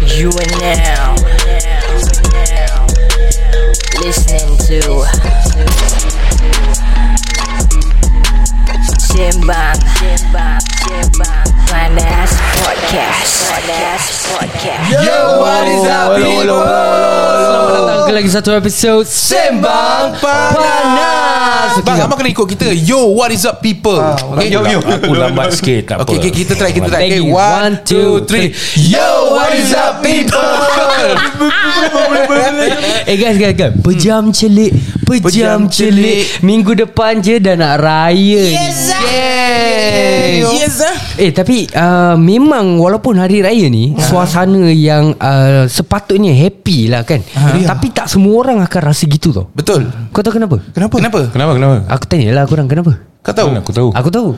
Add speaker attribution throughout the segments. Speaker 1: You are now listening to Simbang Finance Podcast. Finance Podcast.
Speaker 2: Yo, what is up,
Speaker 3: Oh, Hello, hello,
Speaker 2: people?
Speaker 3: Selamat datang ke lagi satu episod Sembang Panas
Speaker 2: Bang, abang kena ikut kita. Yo, what is up, people?
Speaker 3: Ah,
Speaker 4: Lah,
Speaker 2: Okay, yo, yo.
Speaker 4: Eh, Aku lambat sikit tak
Speaker 2: Okay,
Speaker 4: apa.
Speaker 2: okay, kita try, kita try. Okay,
Speaker 3: Lagi. One,
Speaker 2: one, two,
Speaker 3: two,
Speaker 2: three.
Speaker 3: three.
Speaker 2: Yo, what is up, people?
Speaker 3: Eh guys, guys, guys Pejam celik Pejam,
Speaker 2: Pejam
Speaker 3: celik.
Speaker 2: celik.
Speaker 3: Minggu depan je dah nak raya
Speaker 5: Yes, ah.
Speaker 2: Yay.
Speaker 5: Yes, ah.
Speaker 3: ni. Eh tapi uh, memang walaupun hari raya ni Suasana yang uh, sepatutnya happy lah kan Tapi tak semua orang akan rasa gitu tau
Speaker 2: Betul.
Speaker 3: Kau tahu kenapa?
Speaker 2: Kenapa? Kenapa?
Speaker 4: Kenapa kenapa?
Speaker 3: Aku tanyalah korang kenapa?
Speaker 2: Kau tahu?
Speaker 4: Mana aku tahu.
Speaker 3: Aku tahu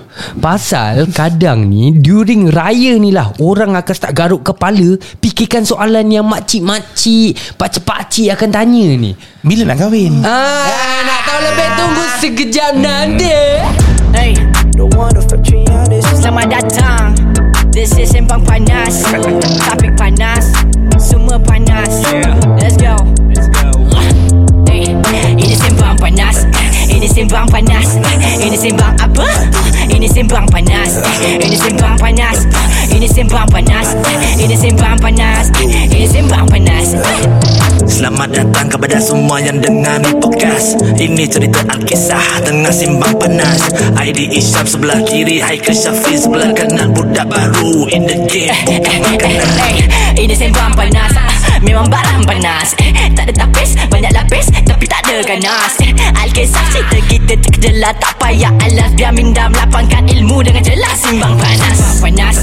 Speaker 3: Pasal kadang ni During raya ni lah Orang akan start garuk kepala Fikirkan soalan yang makcik-makcik Pakcik-pakcik akan tanya ni
Speaker 2: Bila nak kahwin?
Speaker 3: ah, Nak tahu lebih tunggu sekejap nanti
Speaker 1: Hey, Selamat datang. This is Sembang Panas. Topik panas. Semua panas. Let's go. Hey, ini Sembang Panas. Ini Sembang Panas. Ini Sembang apa? Ini Sembang Panas. Ini Sembang Panas. Ini Sembang Panas. Ini Sembang Panas. Ini Sembang Panas.
Speaker 6: Selamat datang kepada semua yang dengar ni podcast Ini cerita Alkisah tengah simbang panas ID Isyam sebelah kiri Haikal Syafiq sebelah kanan Budak baru in the game bukan makanan
Speaker 1: Hey, Eh, ini sembang panas Ah, Memang barang panas Eh, Tak ada tapis, banyak lapis Tapi tak ada ganas Eh, Alkisah cerita kita terkejelah Tak payah alas Biar minda melapangkan ilmu dengan jelas Simbang panas Sembang panas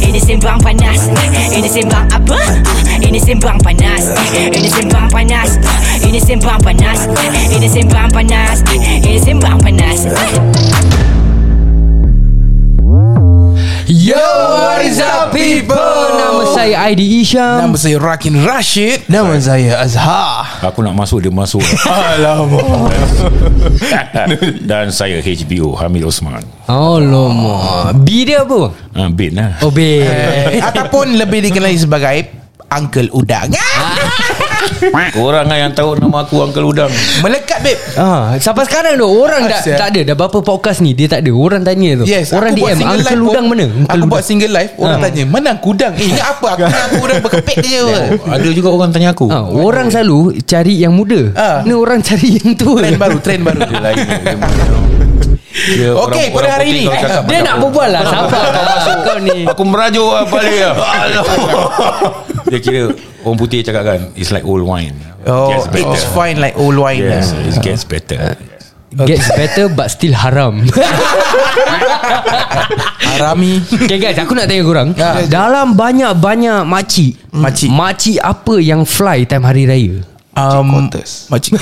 Speaker 1: Eh, Ini sembang panas Eh, Ini sembang apa? Ah, Ini sembang panas Eh, Ini sembang panas Ah, Ini sembang panas Eh, Ini sembang panas Eh, Ini sembang panas Eh.
Speaker 3: Yo
Speaker 2: Oh,
Speaker 3: what is up people Nama saya Aidi Isham
Speaker 2: Nama saya Rakin Rashid. Nama saya Azhar.
Speaker 4: Aku nak masuk dia masuk.
Speaker 2: Alamak.
Speaker 4: Dan saya HBO Hamid Osman.
Speaker 3: Oh lomo Bida apa?
Speaker 4: Ah bin lah.
Speaker 3: Oh be
Speaker 2: Ataupun lebih dikenali sebagai Uncle Kan? Udang.
Speaker 3: Ah.
Speaker 4: Orang lah yang tahu nama aku Uncle Udang.
Speaker 2: Melekat, babe.
Speaker 3: Ah, sampai sekarang tu orang dah
Speaker 2: Asyik.
Speaker 3: tak ada dah berapa podcast ni dia tak ada orang tanya tu.
Speaker 2: Yes
Speaker 3: orang
Speaker 2: aku buat
Speaker 3: DM
Speaker 2: single
Speaker 3: Uncle
Speaker 2: live
Speaker 3: Ludang
Speaker 2: pun-
Speaker 3: mana? Uncle
Speaker 2: Aku
Speaker 3: Ludang.
Speaker 2: buat single live Orang
Speaker 3: Ha.
Speaker 2: tanya Mana aku udang Eh ingat apa Aku nak aku udang berkepit je
Speaker 4: Ada juga orang tanya aku.
Speaker 3: Ah, orang selalu cari yang muda.
Speaker 2: Ah.
Speaker 3: Ni orang cari yang tua.
Speaker 2: Trend baru Trend baru
Speaker 4: Dia lain. Dia- Dia
Speaker 2: Okey, pada hari
Speaker 4: putih
Speaker 2: ni.
Speaker 4: kalau cakap
Speaker 3: Dia
Speaker 4: macam
Speaker 3: nak
Speaker 4: aku.
Speaker 3: berbual lah Sabar kau, kau ni
Speaker 4: Aku merajuk lah balik dia. Alamak. Dia kira orang putih cakap kan it's like old wine.
Speaker 2: Oh
Speaker 4: Gets better.
Speaker 2: It's fine like old wine
Speaker 4: Yes, it gets better.
Speaker 3: Gets better But still haram
Speaker 2: Arami
Speaker 3: Okay guys Aku nak tanya korang
Speaker 2: Ah.
Speaker 3: Dalam banyak-banyak makcik
Speaker 2: Makcik.
Speaker 3: Makcik apa yang fly Time hari raya
Speaker 2: um, Makcik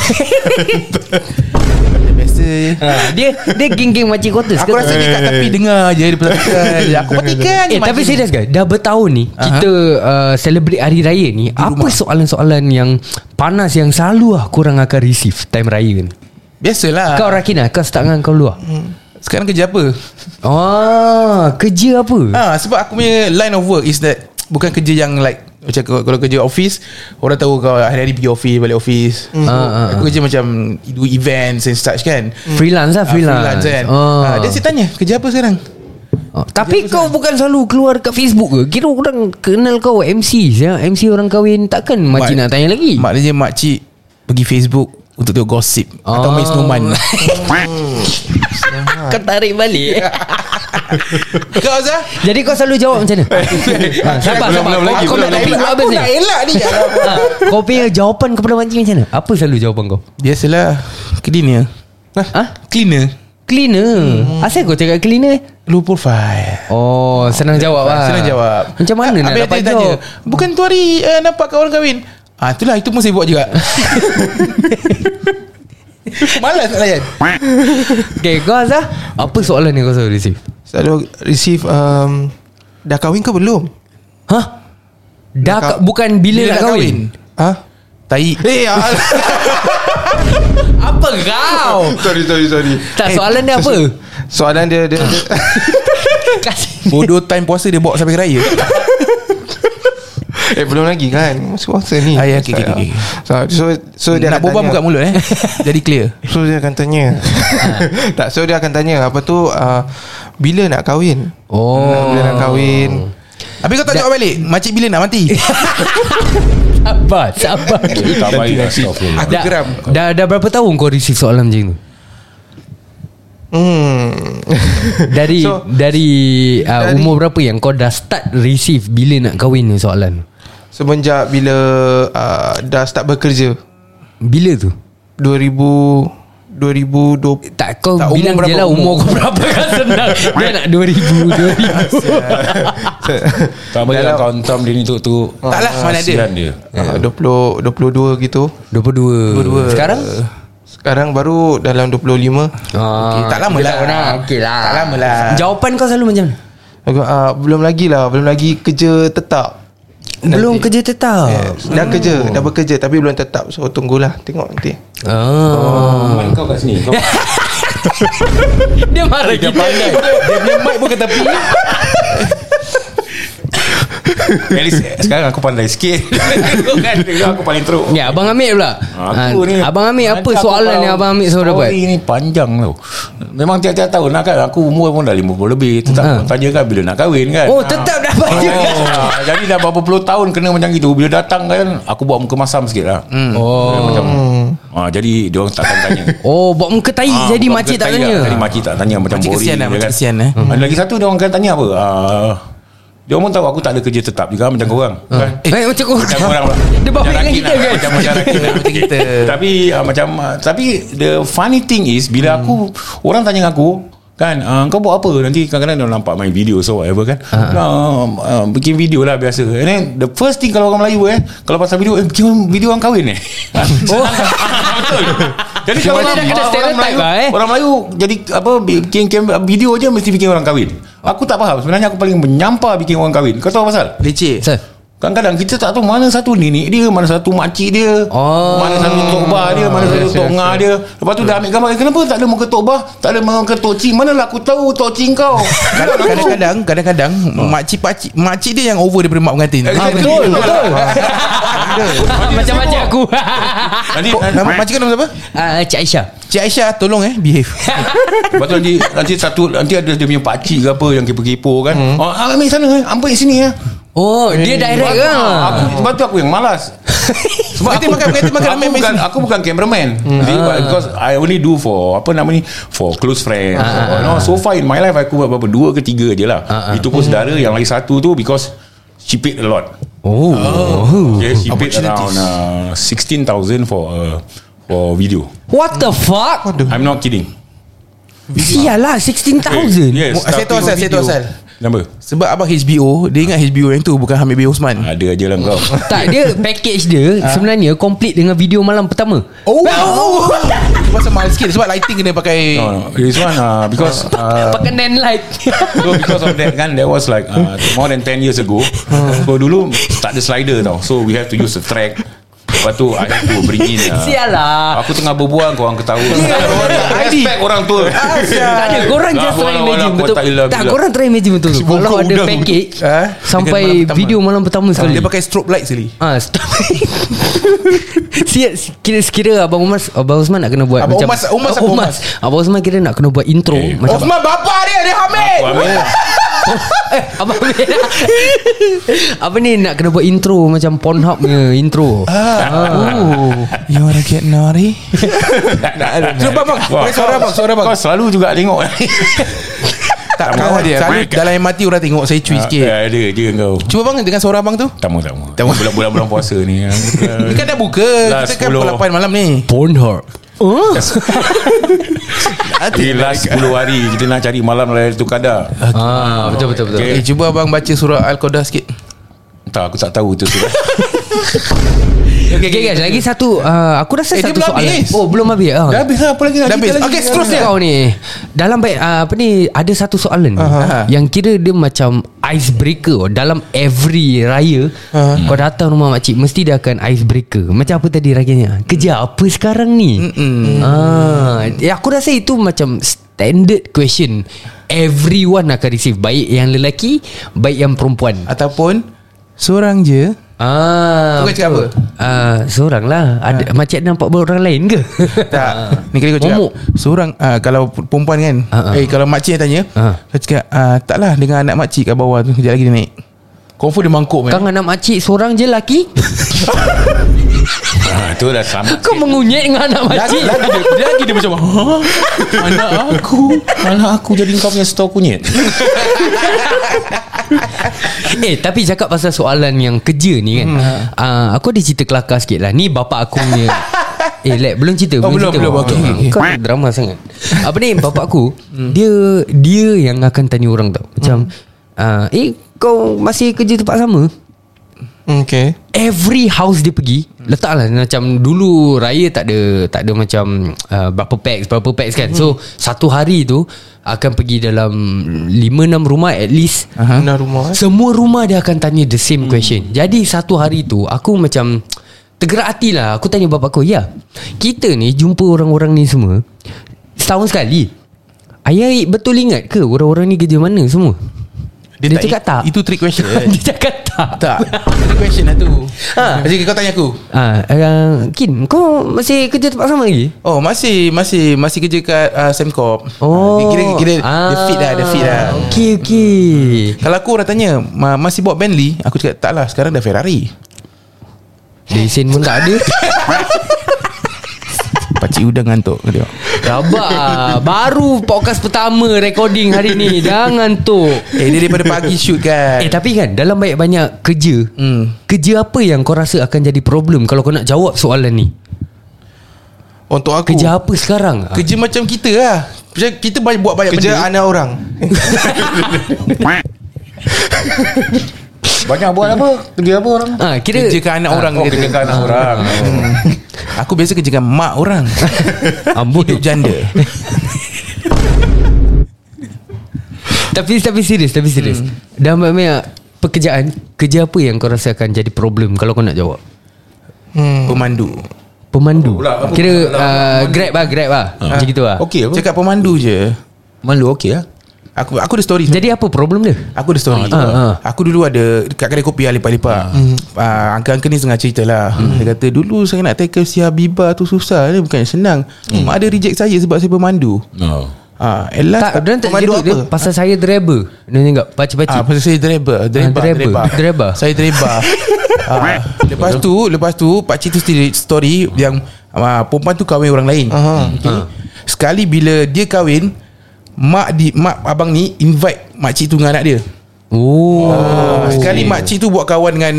Speaker 2: Biasa
Speaker 3: Ah, Dia Dia geng-geng makcik quarters
Speaker 2: Ah. Aku
Speaker 3: ke?
Speaker 2: rasa dia kat tepi dengar je Dia pelan-pelan Aku petikan je
Speaker 3: Eh tapi
Speaker 2: makcik.
Speaker 3: serius guys Dah bertahun ni uh-huh. Kita uh, celebrate hari raya ni Di Apa soalan-soalan yang Panas yang selalu lah Korang akan receive Time raya ni
Speaker 2: Biasalah
Speaker 3: Kau Rakina Kau start dengan kau luar
Speaker 2: Sekarang kerja apa
Speaker 3: Oh Kerja apa
Speaker 2: Ah, sebab aku punya line of work is that bukan kerja yang like macam kalau, kalau kerja office orang tahu kau hari-hari pergi office balik office. So,
Speaker 3: Ah, ah,
Speaker 2: aku kerja macam do events and such kan.
Speaker 3: Freelance lah
Speaker 2: Ah,
Speaker 3: freelance,
Speaker 2: freelance kan.
Speaker 3: oh.
Speaker 2: Ah, dia saya tanya kerja apa sekarang?
Speaker 3: Oh, Tapi kau bukan selalu keluar kat Facebook ke Kira orang kenal kau MC ya? MC orang kahwin Takkan makcik nak tanya lagi
Speaker 2: Maknanya makcik pergi Facebook untuk tengok gosip oh. atau
Speaker 3: Oh.
Speaker 2: main snowman.
Speaker 3: Ah, Kau tarik balik
Speaker 2: Kau Azhar?
Speaker 3: Jadi kau selalu jawab macam mana ha,
Speaker 2: Ah,
Speaker 3: Sabar
Speaker 4: Belum,
Speaker 3: sabar
Speaker 4: belum lagi,
Speaker 3: Aku
Speaker 4: belum
Speaker 3: nak
Speaker 4: lagi.
Speaker 3: tanya kau
Speaker 2: Aku
Speaker 3: habis ni
Speaker 2: nak elak ni.
Speaker 3: ha, Kau punya jawapan kepada makcik macam mana Apa selalu jawapan kau
Speaker 2: Biasalah cleaner.
Speaker 3: Ha?
Speaker 2: Cleaner.
Speaker 3: Cleaner hmm. Asal kau cakap cleaner eh?
Speaker 2: Low profile.
Speaker 3: Oh senang jawab lah
Speaker 2: Ah, Senang jawab
Speaker 3: Macam mana
Speaker 2: Ah,
Speaker 3: nak
Speaker 2: habis
Speaker 3: dapat
Speaker 2: dia
Speaker 3: job
Speaker 2: Bukan tu hari uh, Nampak kawan kahwin Ah itulah itu pun saya buat juga Malas nak layan
Speaker 3: Okay kau Azhar Apa soalan yang kau selalu receive
Speaker 7: Selalu receive um, Dah kahwin ke belum?
Speaker 3: Hah Ha? Dah
Speaker 7: Nak
Speaker 3: ka-
Speaker 7: ka-
Speaker 3: bukan bila, nak kahwin,
Speaker 7: Ha?
Speaker 2: Tai
Speaker 7: Eh ah,
Speaker 3: Apa kau
Speaker 7: Sorry sorry sorry
Speaker 3: Tak soalan dia apa
Speaker 7: Soalan dia, dia, dia
Speaker 3: Kasih
Speaker 2: Bodoh time puasa dia bawa sampai ke raya
Speaker 7: Eh belum lagi kan Masih puasa ni
Speaker 2: Ah, ya, okey, okey, okey, okey.
Speaker 7: So So, so dia
Speaker 2: Nak
Speaker 7: akan
Speaker 2: berbual
Speaker 7: tanya-
Speaker 2: buka mulut eh Jadi clear
Speaker 7: So dia akan tanya Tak so dia akan tanya Apa tu uh, Bila nak kahwin
Speaker 3: Oh.
Speaker 7: Bila nak kahwin
Speaker 2: Habis kau tak jawab balik Makcik bila nak mati
Speaker 3: Sabar, sabar.
Speaker 4: Tak baik Astagfirullah
Speaker 2: Aku
Speaker 3: Dah,
Speaker 2: geram
Speaker 3: dah, dah berapa tahun kau receive soalan macam tu?
Speaker 7: Hmm
Speaker 3: Dari so,
Speaker 7: So-
Speaker 3: dari, uh,
Speaker 7: Dari-
Speaker 3: umur berapa yang kau dah start receive bila nak kahwin ni soalan?
Speaker 7: Semenjak bila uh, Dah start bekerja
Speaker 3: Bila tu?
Speaker 7: 2000 2020
Speaker 3: Tak kau
Speaker 2: Tak,
Speaker 3: tak,
Speaker 2: umur
Speaker 3: bilang je
Speaker 2: berapa
Speaker 3: lah umur
Speaker 2: umur?
Speaker 3: kau berapa kan senang. Dia nak 2000, 2000.
Speaker 4: Tak boleh lah kauntam dia ni tu tu
Speaker 3: Ah.
Speaker 2: Tak lah
Speaker 7: Ah,
Speaker 2: mana
Speaker 4: Kasihan
Speaker 2: ada
Speaker 4: dia
Speaker 2: Ya.
Speaker 7: uh, 20 22 gitu
Speaker 3: 22. 22. Sekarang?
Speaker 7: Sekarang baru dalam 25
Speaker 3: Ah,
Speaker 2: tak lama lah.
Speaker 3: Okay lah.
Speaker 2: Tak lama lah.
Speaker 3: Jawapan kau selalu macam mana?
Speaker 7: Aku, uh, Belum lagi lah Belum lagi kerja tetap
Speaker 3: Belum kerja tetap.
Speaker 7: Yes. Dah kerja Dah bekerja Tapi belum tetap So tunggulah Tengok nanti
Speaker 2: Ah.
Speaker 3: Oh.
Speaker 4: Mic kau kat sini Kau
Speaker 3: Dia marah kita.
Speaker 2: Dia punya mic pun ke tepi
Speaker 4: At least sekarang aku pandai sikit Kau kan, kau Aku paling teruk
Speaker 3: Ya, Abang Amir pula.
Speaker 4: Aku
Speaker 3: Ah,
Speaker 4: ni
Speaker 3: Abang Amir apa
Speaker 4: Nanti aku
Speaker 3: soalan
Speaker 4: kalau
Speaker 3: yang Abang Amir suruh dapat?
Speaker 4: Story ni panjang tau Memang tiap-tiap tahun lah kan Aku umur pun dah 50 lebih Tetap
Speaker 3: Ha.
Speaker 4: ha. tanya kan bila nak kahwin kan
Speaker 3: Oh,
Speaker 4: Ah.
Speaker 3: tetap dapat je.
Speaker 4: Ah, Jadi dah berapa puluh tahun Kena macam gitu Bila datang kan Aku buat muka masam sikit lah hmm.
Speaker 3: Oh.
Speaker 4: Macam ah, Jadi dia orang takkan tanya
Speaker 3: Oh, buat muka tai
Speaker 4: Ah,
Speaker 3: jadi
Speaker 4: bukan
Speaker 3: makcik
Speaker 4: muka
Speaker 3: tak
Speaker 4: tai
Speaker 3: tanya.
Speaker 4: lah. Jadi makcik tak tanya Macam
Speaker 2: Makcik
Speaker 4: boring
Speaker 2: kesian lah,
Speaker 4: dia
Speaker 2: makcik
Speaker 4: kan.
Speaker 2: kesian, eh.
Speaker 4: Hmm. Ada lagi satu Dia orang akan tanya apa Ah, Dia orang pun tahu Aku tak ada kerja tetap juga Macam korang
Speaker 2: Hmm.
Speaker 4: kan?
Speaker 3: Eh, eh macam kau
Speaker 4: Macam orang
Speaker 3: Dia baik dengan kita kan
Speaker 4: Macam lah, macam
Speaker 2: Macam kita.
Speaker 4: kita Tapi ah, macam ah, Tapi the funny thing is
Speaker 2: Hmm.
Speaker 4: Bila aku Orang tanya aku Kan uh, Kau buat apa Nanti kadang-kadang dia orang nampak Main video So whatever kan
Speaker 2: Ha,
Speaker 4: uh, uh, Bikin video lah biasa And then The first thing Kalau orang Melayu eh Kalau pasal video eh, Bikin video orang kahwin eh Oh Betul Jadi kalau
Speaker 3: Dia dah
Speaker 4: orang,
Speaker 3: kena
Speaker 4: orang
Speaker 3: stereotype
Speaker 4: Melayu
Speaker 3: lah, eh.
Speaker 4: Orang Melayu Jadi apa Bikin cam- video je Mesti bikin orang kahwin Aku tak faham Sebenarnya aku paling menyampah Bikin orang kahwin Kau tahu pasal
Speaker 2: Leceh
Speaker 3: Sir
Speaker 4: Kadang-kadang kita tak tahu mana satu nenek dia, mana satu makcik dia,
Speaker 3: Oh.
Speaker 4: mana satu tok bah dia, mana satu tok ngah dia. Lepas tu dah ambil gambar, eh, kenapa tak ada muka tok bah, tak ada muka tok cik, manalah aku tahu tok cik kau.
Speaker 2: Kadang-kadang Kadang-kadang Makcik pakcik Makcik dia yang over Daripada mak pengantin
Speaker 4: Eh,
Speaker 2: Ah,
Speaker 4: betul, betul.
Speaker 3: Macam-macam aku
Speaker 4: Nanti,
Speaker 2: Kok,
Speaker 4: nanti
Speaker 2: nama makcik kau nama siapa?
Speaker 3: Ah, Cik Aisyah
Speaker 2: Cik Aisyah tolong eh behave.
Speaker 4: Lepas tu nanti, nanti satu nanti ada dia punya pakcik ke apa yang kepo-kepo kan. Hmm. Oh, ambil sana, eh. ambil sini ya.
Speaker 3: Oh dia direct ah. ke
Speaker 4: Aku, sebab tu aku yang malas. Sebab
Speaker 2: Berhenti makan, berhenti makan,
Speaker 4: aku
Speaker 2: ambil
Speaker 4: bukan
Speaker 2: mesin. Hmm. Ah.
Speaker 4: aku bukan cameraman. See, but because I only do for apa nama ni for close friends.
Speaker 2: Ah,
Speaker 4: Uh, no, so far in my life aku buat berapa dua ke tiga je lah.
Speaker 3: Ah, ah.
Speaker 4: Itu
Speaker 2: Hmm.
Speaker 4: pun saudara yang lagi satu tu because she paid a lot.
Speaker 3: Oh
Speaker 4: Okay, she paid around uh, 16,000 for uh, for video.
Speaker 3: What the fuck
Speaker 4: I'm not kidding.
Speaker 3: Sialah 16,000
Speaker 4: Yes,
Speaker 2: Saya tahu
Speaker 4: tapi-
Speaker 2: asal, saya tahu asal.
Speaker 4: Kenapa?
Speaker 2: Sebab abang HBO, dia ingat HBO yang tu bukan Hamid bin Osman.
Speaker 4: Ada je lah kau.
Speaker 3: Tak dia package dia Sebenarnya complete dengan video malam pertama
Speaker 2: Oh, oh. Pasal mahal sikit sebab lighting kena pakai.
Speaker 4: No, no. This one uh, because uh,
Speaker 3: Pakai nan light
Speaker 4: So because of that kan That was like uh, More than 10 years ago So dulu Tak ada slider tau So we have to use a track Lepas tu I have to bring in uh,
Speaker 3: Sialah
Speaker 4: Aku tengah berbual Korang ketawa Respect orang tua
Speaker 3: Ah, tak ada Korang
Speaker 4: Lah,
Speaker 3: just try
Speaker 4: walau-
Speaker 3: imagine
Speaker 4: walau
Speaker 3: betul
Speaker 4: kotak ilah
Speaker 3: Tak
Speaker 4: bila.
Speaker 3: korang try imagine betul Kalau ada
Speaker 2: udang.
Speaker 3: package
Speaker 2: Ah,
Speaker 3: Sampai
Speaker 2: dengan malam pertama.
Speaker 3: video malam pertama sekali
Speaker 2: Dia pakai strobe light sekali.
Speaker 3: Ah, stop. Sia- kira kira Abang Umar Abang Osman nak kena buat
Speaker 2: Abang
Speaker 3: macam
Speaker 2: Umar- Umar siapa
Speaker 3: Abang Umar.
Speaker 2: Umar?
Speaker 3: Abang Osman kira nak kena buat intro
Speaker 4: Eh.
Speaker 3: macam
Speaker 2: Osman bapa dia, dia Hamid.
Speaker 4: Aku ambil lah.
Speaker 3: eh, Abang Amir. Apa ni nak kena buat intro macam Pornhub punya intro.
Speaker 2: Ah,
Speaker 4: Ah.
Speaker 2: Oh, you wanna get naughty? Cuba bang,
Speaker 4: Wah,
Speaker 2: pakai suara
Speaker 4: kau-
Speaker 2: bang, suara bang.
Speaker 4: Kau selalu juga tengok
Speaker 2: Tak
Speaker 4: mahu
Speaker 2: kau
Speaker 4: dia.
Speaker 2: selalu dalam MRT orang tengok saya cuy sikit.
Speaker 4: Ah, Ada je kau
Speaker 2: Cuba bang dengan suara abang tu.
Speaker 4: Tak mau tak mau Bulan-bulan puasa ni
Speaker 2: Ni kan dah buka.
Speaker 4: Lah,
Speaker 2: Kita kan
Speaker 4: 10.
Speaker 2: pukul 8 malam ni.
Speaker 3: Pornhub. Oh.
Speaker 4: Di last 10 hari Kita nak cari malam layar tu kadar
Speaker 3: Ah, betul betul betul.
Speaker 4: Okay.
Speaker 2: Eh, cuba abang baca surah Al-Qadah sikit.
Speaker 4: Tak aku tak tahu tu surat
Speaker 3: Okay, okay guys, lagi satu uh, aku rasa
Speaker 2: Eh, dia
Speaker 3: satu
Speaker 2: belum
Speaker 3: soalan.
Speaker 2: habis.
Speaker 3: Oh, belum habis. Ah.
Speaker 4: Dah habis lah Apa lagi
Speaker 2: Dah
Speaker 4: nak cerita
Speaker 2: habis.
Speaker 4: lagi?
Speaker 2: Okay,
Speaker 4: Dah
Speaker 2: seterusnya.
Speaker 3: Kau ni Dalam baik uh, Apa ni Ada satu soalan uh-huh. Yang kira dia macam Icebreaker Dalam every raya uh-huh. Kau datang rumah makcik Mesti dia akan icebreaker Macam apa tadi raganya Kerja apa sekarang ni ah, eh, Aku rasa itu macam Standard question Everyone akan receive Baik yang lelaki Baik yang perempuan
Speaker 2: Ataupun Seorang je
Speaker 3: Ah,
Speaker 2: Kau cakap apa? Ha.
Speaker 3: Ah, seorang lah. Ada ah. macam nampak orang lain ke?
Speaker 2: Tak Ni kali kau cakap
Speaker 3: Momok.
Speaker 2: Seorang ah, Kalau perempuan kan
Speaker 3: Ah, ah.
Speaker 2: Eh kalau makcik yang tanya
Speaker 3: Ah.
Speaker 2: Kau cakap ah, Taklah dengan anak makcik kat bawah tu Kejap lagi dia naik Confirm dia mangkuk man.
Speaker 3: Kang anak makcik seorang je lelaki
Speaker 4: Ah, tu dah selamat
Speaker 3: Kau mengunyek dengan anak makcik
Speaker 4: lagi dia, lagi dia macam ha? Anak aku Anak aku jadi kau punya store kunyit
Speaker 3: Eh tapi cakap pasal soalan yang kerja ni kan hmm. uh, Aku ada cerita kelakar sikit lah Ni bapak aku punya Eh Lek belum cerita
Speaker 2: Oh, belum,
Speaker 3: cerita
Speaker 2: belum,
Speaker 3: bapak
Speaker 2: okey,
Speaker 3: aku.
Speaker 2: okey. Hmm.
Speaker 3: Kau drama sangat Apa ni bapak aku Dia Dia yang akan tanya orang tau Macam
Speaker 2: Hmm.
Speaker 3: uh, Eh kau masih kerja tempat sama
Speaker 7: Okay
Speaker 3: Every house dia pergi
Speaker 2: Hmm.
Speaker 3: Letaklah macam dulu Raya tak ada Tak ada macam uh, Berapa packs Berapa packs kan
Speaker 2: Hmm.
Speaker 3: So Satu hari tu Akan pergi dalam 5-6 rumah at least
Speaker 7: huh? Nak rumah eh?
Speaker 3: Semua rumah dia akan tanya the
Speaker 2: Hmm.
Speaker 3: same question Jadi satu hari tu Aku macam Tergerak hati lah Aku tanya bapak aku Ya Kita ni jumpa orang-orang ni semua Setahun sekali Ayah betul ingat ke Orang-orang ni kerja mana semua Dia, cakap tak
Speaker 2: Itu trick question
Speaker 3: Dia cakap tak
Speaker 2: Tak Trick question lah tu ha. Jadi kau tanya aku
Speaker 3: Ah, uh, Kin, kau masih kerja tempat sama lagi?
Speaker 2: Oh masih Masih Masih kerja kat uh, Semcorp
Speaker 3: Oh,
Speaker 2: Dia Kira kira ah. Dia fit lah Dia fit lah
Speaker 3: Okey, okey.
Speaker 2: Kalau aku orang tanya "Ma- Masih bawa Bentley Aku cakap tak lah Sekarang dah Ferrari Hmm.
Speaker 3: Lesen pun tak ada.
Speaker 2: Pakcik udang ngantuk kau tengok.
Speaker 3: Rabak. Baru podcast pertama recording hari ni. Jangan tu.
Speaker 2: Eh dia daripada pagi shoot kan
Speaker 3: Eh tapi kan dalam banyak-banyak kerja,
Speaker 2: Hmm.
Speaker 3: kerja apa yang kau rasa akan jadi problem kalau kau nak jawab soalan ni?
Speaker 7: Untuk
Speaker 3: Oh.
Speaker 7: aku
Speaker 3: Kerja apa sekarang?
Speaker 2: Kerja macam kita lah Macam kita banyak, buat banyak
Speaker 7: Kerja
Speaker 2: benda
Speaker 7: anak orang
Speaker 4: Banyak buat apa Kerja apa orang
Speaker 3: Ah, kira
Speaker 2: Kerja kat anak Kan orang
Speaker 4: Oh
Speaker 2: dia
Speaker 4: kerja
Speaker 2: kata.
Speaker 4: kat anak orang Hmm.
Speaker 2: Aku biasa kerja dengan mak orang
Speaker 3: Amboi.
Speaker 2: Hidup janda
Speaker 3: Tapi tapi serius, tapi serius. Dalam banyak-banyak pekerjaan, kerja apa yang kau rasa akan jadi problem kalau kau nak jawab? Hmm.
Speaker 2: Pemandu
Speaker 3: Pemandu
Speaker 4: Oh, Pula, apa
Speaker 3: Kira
Speaker 4: pula, Ah.
Speaker 3: uh, Grab lah Grab lah Macam gitu lah
Speaker 4: Okey apa
Speaker 2: Cakap pemandu je
Speaker 4: Malu okey lah
Speaker 2: Aku aku ada story
Speaker 3: ya? Jadi apa problem dia?
Speaker 2: Aku ada story
Speaker 3: Ah, ah. Hmm.
Speaker 2: Aku dulu ada Dekat kedai kopi lah Lepak-lepak Ah, Angka-angka ni setengah cerita lah Dia kata Dulu saya nak tackle si Habibah tu susah Dia bukan senang
Speaker 3: Hmm.
Speaker 2: Mak dia reject saya Sebab saya pemandu
Speaker 4: oh.
Speaker 2: Ah, at last,
Speaker 3: Tak, dia tak
Speaker 2: pemandu
Speaker 3: jadi dia
Speaker 2: apa?
Speaker 3: pasal saya driver. Dia ingat
Speaker 2: Ah,
Speaker 3: paci-paci.
Speaker 2: pasal saya driver, driver,
Speaker 3: driver, driver.
Speaker 2: Saya driver. ah, lepas tu, lepas tu pak cik tu story, story yang ah, perempuan tu kahwin orang lain. Okay. Sekali bila dia kahwin, mak di mak abang ni invite mak cik tu dengan anak dia.
Speaker 3: Oh.
Speaker 2: Ah, sekali mak cik tu buat kawan dengan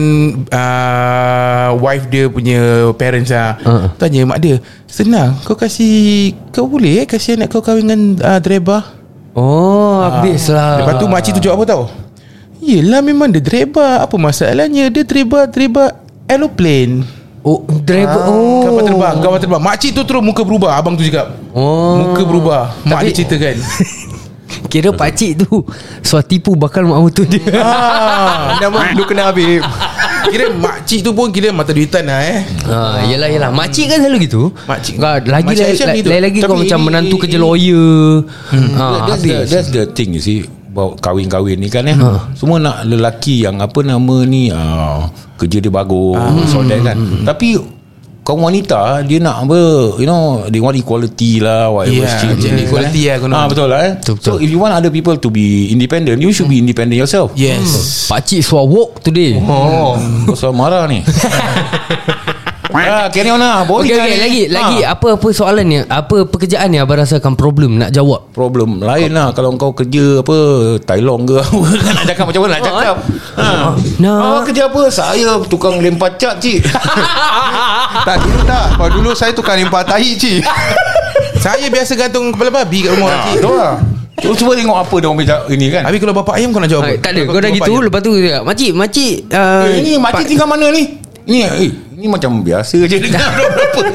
Speaker 2: ah, wife dia punya parents ah.
Speaker 3: Ah.
Speaker 2: Tanya mak dia, "Senang, kau kasih kau boleh eh kasih anak kau kahwin dengan ah, driver?"
Speaker 3: Oh, habislah.
Speaker 2: Lepas tu makcik tu jawab apa tau Yelah memang dia driver Apa masalahnya Dia driver Driver aeroplane
Speaker 3: oh, driver. Oh.
Speaker 2: Kapal terbang Kapal terbang Makcik tu terus muka berubah Abang tu cakap
Speaker 3: Oh.
Speaker 2: Muka berubah Mak
Speaker 3: Tapi-
Speaker 2: dia ceritakan
Speaker 3: Kira pakcik tu suat tipu bakal mak motor dia.
Speaker 2: ah,
Speaker 7: Nama dulu kena Habib
Speaker 2: Kira makcik tu pun Kira mata duitan lah eh
Speaker 3: Ha, yelah yelah makcik kan selalu gitu.
Speaker 2: Makcik.
Speaker 3: Kau lagi
Speaker 2: Makcik
Speaker 3: lain
Speaker 2: Aisyah
Speaker 3: lagi,
Speaker 2: begitu.
Speaker 3: lain lagi kau
Speaker 4: Tapi
Speaker 3: macam
Speaker 4: ini-
Speaker 3: menantu
Speaker 4: ini-
Speaker 3: kerja lawyer. Ha,
Speaker 4: that's, the,
Speaker 3: habis.
Speaker 4: that's the thing you see Bawa kahwin-kahwin ni kan eh Semua nak lelaki yang apa nama ni uh, Kerja dia bagus So that kan Tapi Kaum wanita Dia nak apa You know They want equality lah Whatever
Speaker 2: Yeah,
Speaker 4: shit
Speaker 2: gender
Speaker 4: ni kan,
Speaker 2: equality
Speaker 4: eh.
Speaker 2: lah kena.
Speaker 4: ah, Betul lah eh
Speaker 3: Betul, betul.
Speaker 4: So if you want other people to be independent You should be independent yourself
Speaker 2: Yes
Speaker 3: Pakcik suat walk today.
Speaker 4: Oh Kau selalu marah ni Ah, carry on lah Boring
Speaker 3: Okey
Speaker 4: lah
Speaker 3: okey
Speaker 4: ni.
Speaker 3: lagi
Speaker 4: Ah.
Speaker 3: lagi apa-apa soalan ni? Apa pekerjaan yang abang rasakan problem nak jawab?
Speaker 4: Problem lain lah Kalau kau kerja apa Tailong ke apa kan Nak cakap macam mana nak
Speaker 3: Oh, eh.
Speaker 4: cakap ha.
Speaker 3: Nak.
Speaker 4: Awak kerja apa Saya tukang lempar cat cik
Speaker 2: Hmm.
Speaker 7: Tak dulu tak Kalau dulu saya tukar limpah tahi cik
Speaker 2: Saya biasa gantung kepala babi kat rumah
Speaker 3: Ah.
Speaker 2: makcik
Speaker 4: Tahu lah Cuba, cuba tengok apa dia orang punya ini kan
Speaker 2: Habis kalau bapak ayam kau nak jawab
Speaker 3: Ha,
Speaker 2: apa?
Speaker 3: tak ada
Speaker 2: Kalau
Speaker 3: Kau dah
Speaker 2: bapak
Speaker 3: gitu
Speaker 2: ayam.
Speaker 3: Lepas tu dia cakap, Makcik Makcik uh,
Speaker 4: eh, Ini makcik tinggal mana ni Ini eh, Ini macam biasa je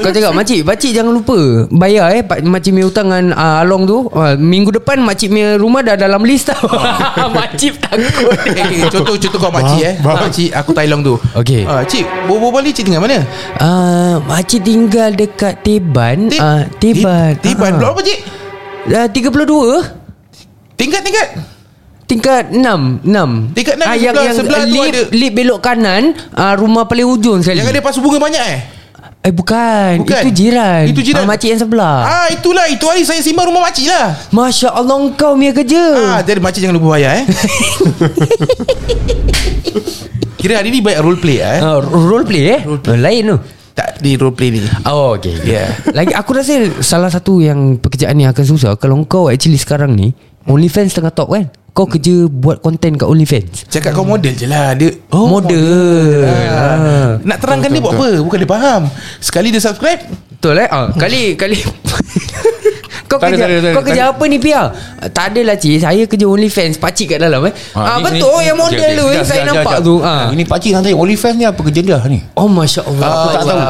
Speaker 3: Kau cakap Makcik Makcik jangan lupa Bayar eh pak- Makcik punya hutang dengan uh, Along tu uh, Minggu depan Makcik punya rumah Dah dalam list tau Makcik takut
Speaker 2: Eh, eh, contoh contoh kau makcik eh Makcik aku Tailong tu
Speaker 3: Okey.
Speaker 2: ah, Cik Bobo balik cik tinggal mana
Speaker 3: uh, Makcik tinggal dekat Teban
Speaker 2: Ti-
Speaker 3: uh, Teban
Speaker 2: Ti- Teban
Speaker 3: Ah.
Speaker 2: Blok apa cik
Speaker 3: Dah 32
Speaker 2: Tingkat tingkat
Speaker 3: Tingkat 6 6
Speaker 2: Tingkat enam,
Speaker 3: yang,
Speaker 2: sebelah-
Speaker 3: yang
Speaker 2: sebelah tu
Speaker 3: lip,
Speaker 2: ada.
Speaker 3: lip belok kanan uh, Rumah paling hujung sekali
Speaker 2: Yang ada pasu bunga banyak eh
Speaker 3: Eh
Speaker 2: Bukan.
Speaker 3: bukan. bukan Itu jiran
Speaker 2: Itu jiran.
Speaker 3: ah, Makcik yang sebelah
Speaker 2: Ah itulah Itu hari saya simbang rumah makcik lah
Speaker 3: Masya Allah kau punya kerja
Speaker 2: Ah, jadi makcik jangan lupa bayar eh. Kira hari ni banyak role play lah, eh.
Speaker 3: Ah, Role play eh Ah, Lain tu
Speaker 2: Tak di role play ni.
Speaker 3: Oh okay
Speaker 2: Yeah.
Speaker 3: Lagi aku rasa Salah satu yang Pekerjaan yang akan susah Kalau kau actually sekarang ni OnlyFans tengah top kan Kau kerja Buat konten kat OnlyFans
Speaker 2: Cakap kau model je lah dia.
Speaker 3: oh, Model
Speaker 2: Ah. Nak terangkan dia buat apa Bukan dia faham Sekali dia subscribe
Speaker 3: Betul eh ah, Kali Kali Kau
Speaker 4: Tak ada,
Speaker 3: kerja
Speaker 4: tak ada, tak ada,
Speaker 3: Kau
Speaker 4: tak
Speaker 3: kerja
Speaker 4: ada.
Speaker 3: apa ni Pia Ah, Tak adalah cik Saya kerja OnlyFans Pakcik kat dalam eh ah, Betul yang model tu eh, Saya nampak tu ah.
Speaker 4: Ini pakcik nak tanya OnlyFans ni apa kerja dia lah ni
Speaker 3: Oh Masya Allah
Speaker 4: Aku tak tahu